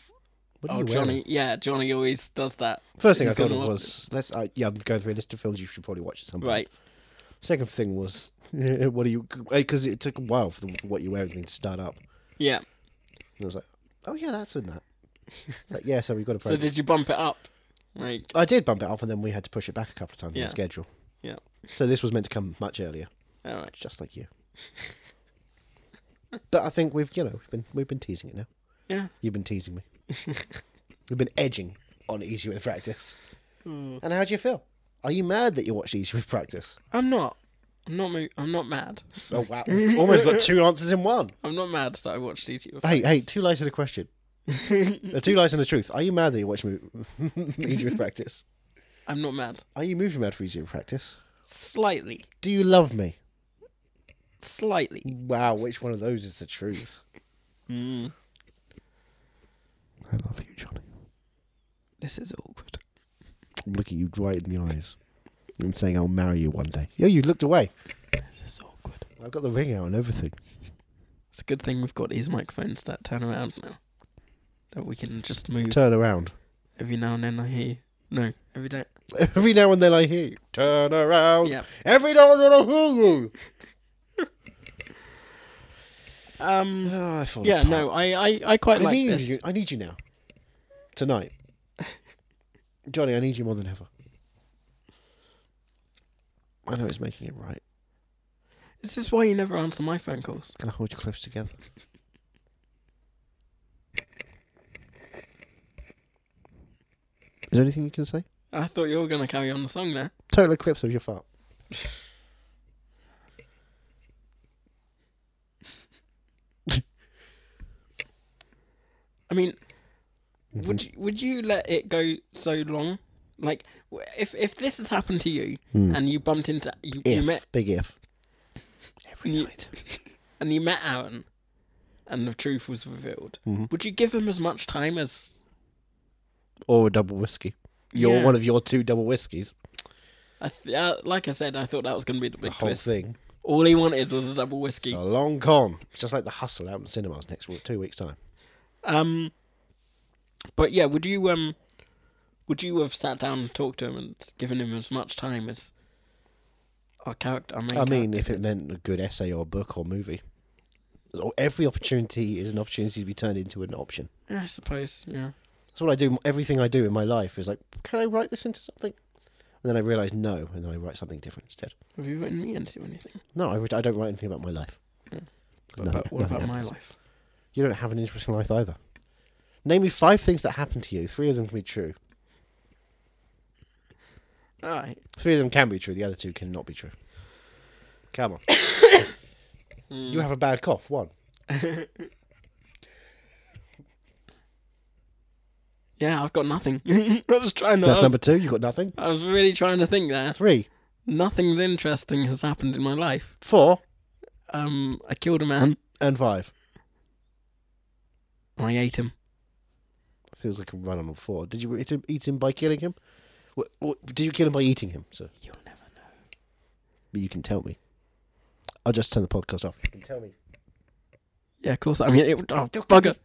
Speaker 1: What are
Speaker 2: Oh,
Speaker 1: you
Speaker 2: Johnny.
Speaker 1: wearing?
Speaker 2: Yeah, Johnny always does that.
Speaker 1: First thing
Speaker 2: He's
Speaker 1: I thought
Speaker 2: gonna
Speaker 1: of
Speaker 2: watch-
Speaker 1: was let's. Uh, yeah, I'm going through a list of films you should probably watch at some point.
Speaker 2: Right.
Speaker 1: Second thing was, [laughs] what do you? Because it took a while for the, what you wear everything to start up.
Speaker 2: Yeah.
Speaker 1: And I was like, oh yeah, that's in
Speaker 2: [laughs]
Speaker 1: that. It's like, yeah, so we've got to
Speaker 2: So did you bump it up? Like,
Speaker 1: I did bump it up and then we had to push it back a couple of times on
Speaker 2: Yeah.
Speaker 1: the schedule.
Speaker 2: yeah.
Speaker 1: So this was meant to come much earlier,
Speaker 2: All right.
Speaker 1: just like you. [laughs] but I think we've, you know, we've been we've been teasing it now.
Speaker 2: Yeah.
Speaker 1: You've been teasing
Speaker 2: [laughs]
Speaker 1: me. we've been edging on Easy with Practice.
Speaker 2: Hmm.
Speaker 1: And how do you feel? Are you mad that you watched Easy with Practice?
Speaker 2: I'm not. I'm not. Mo- I'm not mad.
Speaker 1: Oh wow, almost got two answers in one.
Speaker 2: I'm not mad that I watched E ET. with
Speaker 1: Hey,
Speaker 2: friends.
Speaker 1: hey, two lies and a
Speaker 2: [laughs]
Speaker 1: question. no, two lies and the truth. Are you mad that you watched mo- [laughs] Easy with Practice?
Speaker 2: I'm not mad.
Speaker 1: Are you movie mad for easier practice?
Speaker 2: Slightly.
Speaker 1: Do you love me?
Speaker 2: Slightly.
Speaker 1: Wow, which one of those is the truth?
Speaker 2: Hmm.
Speaker 8: I love you, Johnny.
Speaker 2: This is awkward.
Speaker 1: Look at you right in the eyes. I'm saying I'll marry you one day. Yeah, you looked away.
Speaker 2: This is awkward.
Speaker 1: I've got the ring out and everything.
Speaker 2: It's a good thing we've got these microphones that turn around now. That we can just move
Speaker 1: Turn around. [laughs]
Speaker 2: every now and then. I hear you. No, every day.
Speaker 1: Every now and then I hear you. Turn around.
Speaker 2: Yep.
Speaker 1: Every now and then I hear you.
Speaker 2: Um.
Speaker 1: Oh, I fall
Speaker 2: Yeah.
Speaker 1: apart.
Speaker 2: No. I. I. I quite
Speaker 1: I
Speaker 2: like
Speaker 1: need
Speaker 2: this.
Speaker 1: you. I need you now.
Speaker 2: [laughs]
Speaker 1: Tonight. Johnny, I need you more than ever. I know it's making it right.
Speaker 2: This is why you never answer my phone calls.
Speaker 1: Can I hold you close together? Is there anything you can say?
Speaker 2: I thought you were gonna carry on the song there.
Speaker 1: Total eclipse of your fart.
Speaker 2: I mean,
Speaker 1: Mm-hmm.
Speaker 2: would you, would you let it go so long? Like, w- if if this has happened to you and you bumped into you,
Speaker 1: Hmm.
Speaker 2: you
Speaker 1: If.
Speaker 2: met
Speaker 1: Big if.
Speaker 2: and you, [laughs] and you met Aaron, and the truth was revealed,
Speaker 1: Mm-hmm.
Speaker 2: would you give him as much time as?
Speaker 1: Or a double whiskey. You're
Speaker 2: Yeah.
Speaker 1: one of your two double whiskeys.
Speaker 2: I th- uh, like I said, I thought that was going to be the big
Speaker 1: The whole
Speaker 2: twist.
Speaker 1: thing.
Speaker 2: All he wanted was a double
Speaker 1: It's
Speaker 2: whiskey.
Speaker 1: a long con. It's just like the hustle out in cinemas next week, two weeks' time.
Speaker 2: Um, but yeah, would you um, would you have sat down and talked to him and given him as much time as our character? Our main
Speaker 1: I mean,
Speaker 2: character
Speaker 1: if
Speaker 2: did?
Speaker 1: it meant a good essay or book or movie. So Every opportunity is an opportunity to be turned into an option.
Speaker 2: Yeah, I suppose. Yeah.
Speaker 1: That's what I do. Everything I do in my life is like, can I write this into something? And then I realise no, and then I write something different instead.
Speaker 2: Have you written me into anything?
Speaker 1: No, I, writ- I don't write anything about my life.
Speaker 2: But,
Speaker 1: Nothing-
Speaker 2: but what
Speaker 1: nothing
Speaker 2: about my
Speaker 1: happens.
Speaker 2: life?
Speaker 1: You don't have an interesting life either. Name me five things that happened to you. Three of them can be true.
Speaker 2: All right.
Speaker 1: Three of them can be true. The other two cannot be true. Come on. you have a bad cough. One.
Speaker 2: Yeah, I've got nothing. [laughs] I was trying to.
Speaker 1: That's
Speaker 2: I was,
Speaker 1: number two. You got nothing.
Speaker 2: I was really trying to think there.
Speaker 1: Three.
Speaker 2: Nothing's interesting has happened in my life.
Speaker 1: Four.
Speaker 2: Um, I killed a man.
Speaker 1: And five.
Speaker 2: I ate him.
Speaker 1: Feels like a run on four. Did you eat him, eat him by killing him? What, what, did you kill him by eating him? So
Speaker 2: You'll never know.
Speaker 1: but you can tell me. I'll just turn the podcast off. You can tell me.
Speaker 2: Yeah, of course. I mean, it. Oh, bugger.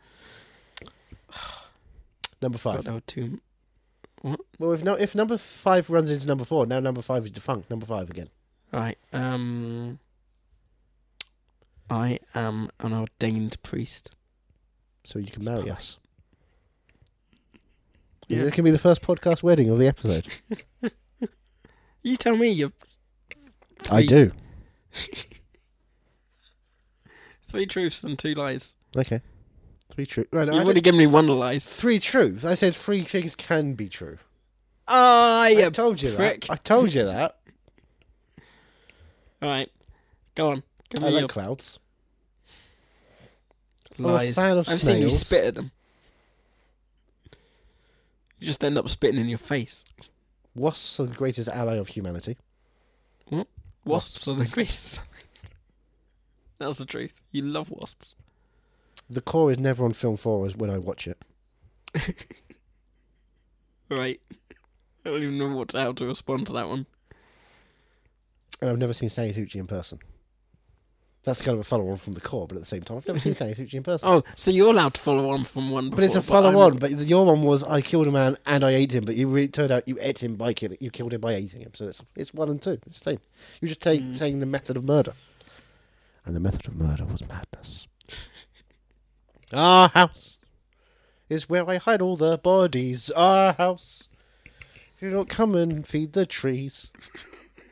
Speaker 1: Number
Speaker 2: God,
Speaker 1: five.
Speaker 2: there were two.
Speaker 1: Well, if no, if number five runs into number four, now number five is defunct. Number five again.
Speaker 2: Right. Um. I am an ordained priest.
Speaker 1: So you can marry
Speaker 2: Spy.
Speaker 1: us. Is it can be the first podcast wedding of the
Speaker 2: [laughs]
Speaker 1: episode?
Speaker 2: You tell me. You're
Speaker 1: I
Speaker 2: Three.
Speaker 1: do.
Speaker 2: three truths and two lies.
Speaker 1: Okay. Three true. Right,
Speaker 2: You've
Speaker 1: I
Speaker 2: already
Speaker 1: don't-
Speaker 2: given me one lie.
Speaker 1: three truths. I said three things can be true.
Speaker 2: Ah, yeah.
Speaker 1: I told you
Speaker 2: prick.
Speaker 1: that. I told you that.
Speaker 2: All right. Go on. [laughs] Give
Speaker 1: I
Speaker 2: me
Speaker 1: like
Speaker 2: your
Speaker 1: clouds. I'm a
Speaker 2: lies.
Speaker 1: fan of
Speaker 2: I've seen you
Speaker 1: snails.
Speaker 2: spit at them. You just end up spitting in your face.
Speaker 1: Wasps are the greatest ally of humanity.
Speaker 2: What? Wasps are the greatest. [laughs] That's the truth. You love wasps.
Speaker 1: The core is never on film for us when I watch it.
Speaker 2: Right. I don't even know what how to respond to that one.
Speaker 1: And I've never seen Sanitucci in person. That's kind of a follow on from the core, but at the same time, I've never seen
Speaker 2: [laughs]
Speaker 1: Sanitucci in person.
Speaker 2: Oh, so you're allowed to follow on from one.
Speaker 1: but it's a
Speaker 2: before,
Speaker 1: follow
Speaker 2: I'm-
Speaker 1: on. But your one was I killed a man and I ate him, but you re- turned out you ate him by killing. You killed him by eating him. So it's it's one and two. It's the same. You're just take,
Speaker 2: Mm.
Speaker 1: saying the method of murder. And the method of murder was
Speaker 2: [laughs]
Speaker 1: madness. Our house is where I hide all the bodies. Our house. You don't come and feed the
Speaker 2: [laughs]
Speaker 1: trees.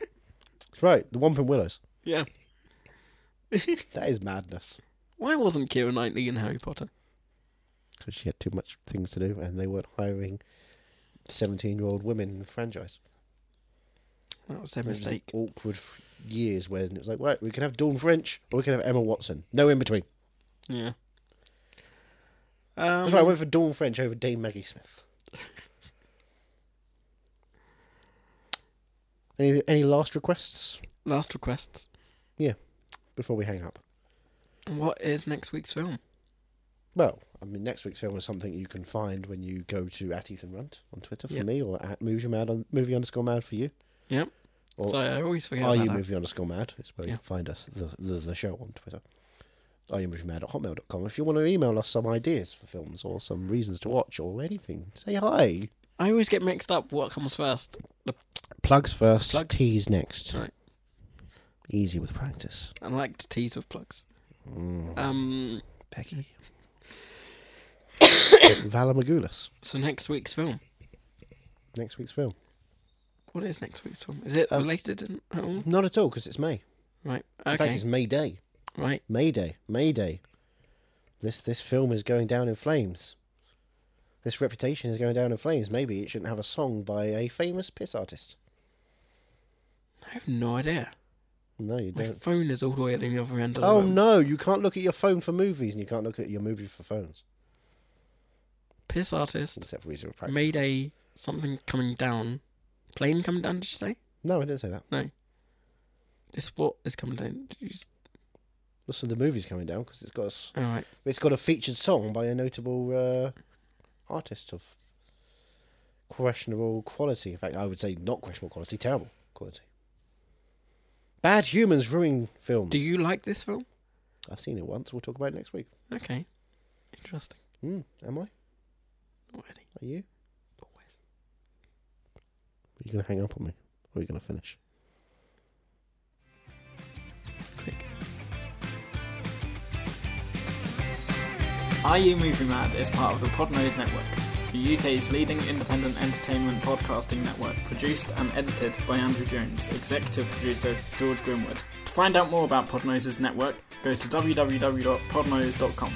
Speaker 1: That's right. The Wampum Willows.
Speaker 2: Yeah.
Speaker 1: That is madness.
Speaker 2: Why wasn't Kira Knightley in Harry Potter?
Speaker 1: because she had too much things to do and they weren't hiring 17 year old women in the franchise.
Speaker 2: That was their
Speaker 1: It was the
Speaker 2: mistake.
Speaker 1: Awkward f- years when it was like, right, we can have Dawn French or we can have Emma Watson. No in between.
Speaker 2: Yeah.
Speaker 1: That's
Speaker 2: Um,
Speaker 1: why I went for Dawn French over Dame Maggie Smith. [laughs] any, any last requests
Speaker 2: Last requests.
Speaker 1: before we hang up?
Speaker 2: What is next week's film?
Speaker 1: Well, I mean, next week's film is something you can find when you go to at Ethan Runt on Twitter for
Speaker 2: Yep.
Speaker 1: me or at movie mad on movie underscore mad for you.
Speaker 2: Yep.
Speaker 1: Or-
Speaker 2: Sorry, I always forget
Speaker 1: Are
Speaker 2: about
Speaker 1: you
Speaker 2: that.
Speaker 1: movie underscore mad? It's where you
Speaker 2: Yeah.
Speaker 1: can find us, the, the, the show on Twitter. Are you movie mad at hotmail.com? If you want to email us some ideas for films or some reasons to watch or anything, say hi.
Speaker 2: I always get mixed up what comes first. The-
Speaker 1: Plugs first,
Speaker 2: Plugs.
Speaker 1: tease next.
Speaker 2: Right.
Speaker 1: Easy with practice.
Speaker 2: I like to tease with plugs.
Speaker 1: Mm. [coughs]
Speaker 2: Um,
Speaker 1: Peggy. Valamagulis,
Speaker 2: so next week's film.
Speaker 1: next week's film.
Speaker 2: What is next week's film? Is it related in, at all?
Speaker 1: Not at all, because it's May.
Speaker 2: Right.
Speaker 1: Um, In fact,
Speaker 2: Okay.
Speaker 1: it's May Day.
Speaker 2: Right.
Speaker 1: May Day. May Day. This, this film is going down in flames. This reputation is going down in flames. Maybe it shouldn't have a song by a famous piss artist.
Speaker 2: I have no idea.
Speaker 1: No, you
Speaker 2: My
Speaker 1: don't.
Speaker 2: phone is all the way at the other end of the
Speaker 1: Oh
Speaker 2: room.
Speaker 1: no, you can't look at your phone for movies, and you can't look at your movies for phones,
Speaker 2: Piss artist.
Speaker 1: except for Easy with Practice.
Speaker 2: Mayday. Something coming down. Plane coming down. Did you say?
Speaker 1: No, I didn't say that.
Speaker 2: No. This what is coming down? Did you-
Speaker 1: Listen, the movie's coming down because it's got a, s-
Speaker 2: All right.
Speaker 1: it's got a featured song by a notable uh, artist of questionable quality. In fact, I would say not questionable quality, terrible quality. Bad humans ruin films.
Speaker 2: Do you like this film?
Speaker 1: I've seen it once. We'll talk about it next week.
Speaker 2: Okay. Interesting.
Speaker 1: Hmm, am I? Are
Speaker 2: Not really.
Speaker 1: you?
Speaker 2: But wait.
Speaker 1: Are you going to hang up on me? Or are you going to finish?
Speaker 2: Click. Are You Movie Mad is part of the Podnose Network, the UK's leading independent entertainment podcasting network, produced and edited by Andrew Jones, executive producer George Grimwood. To find out more about Podnose's network, go to www.podnose.com.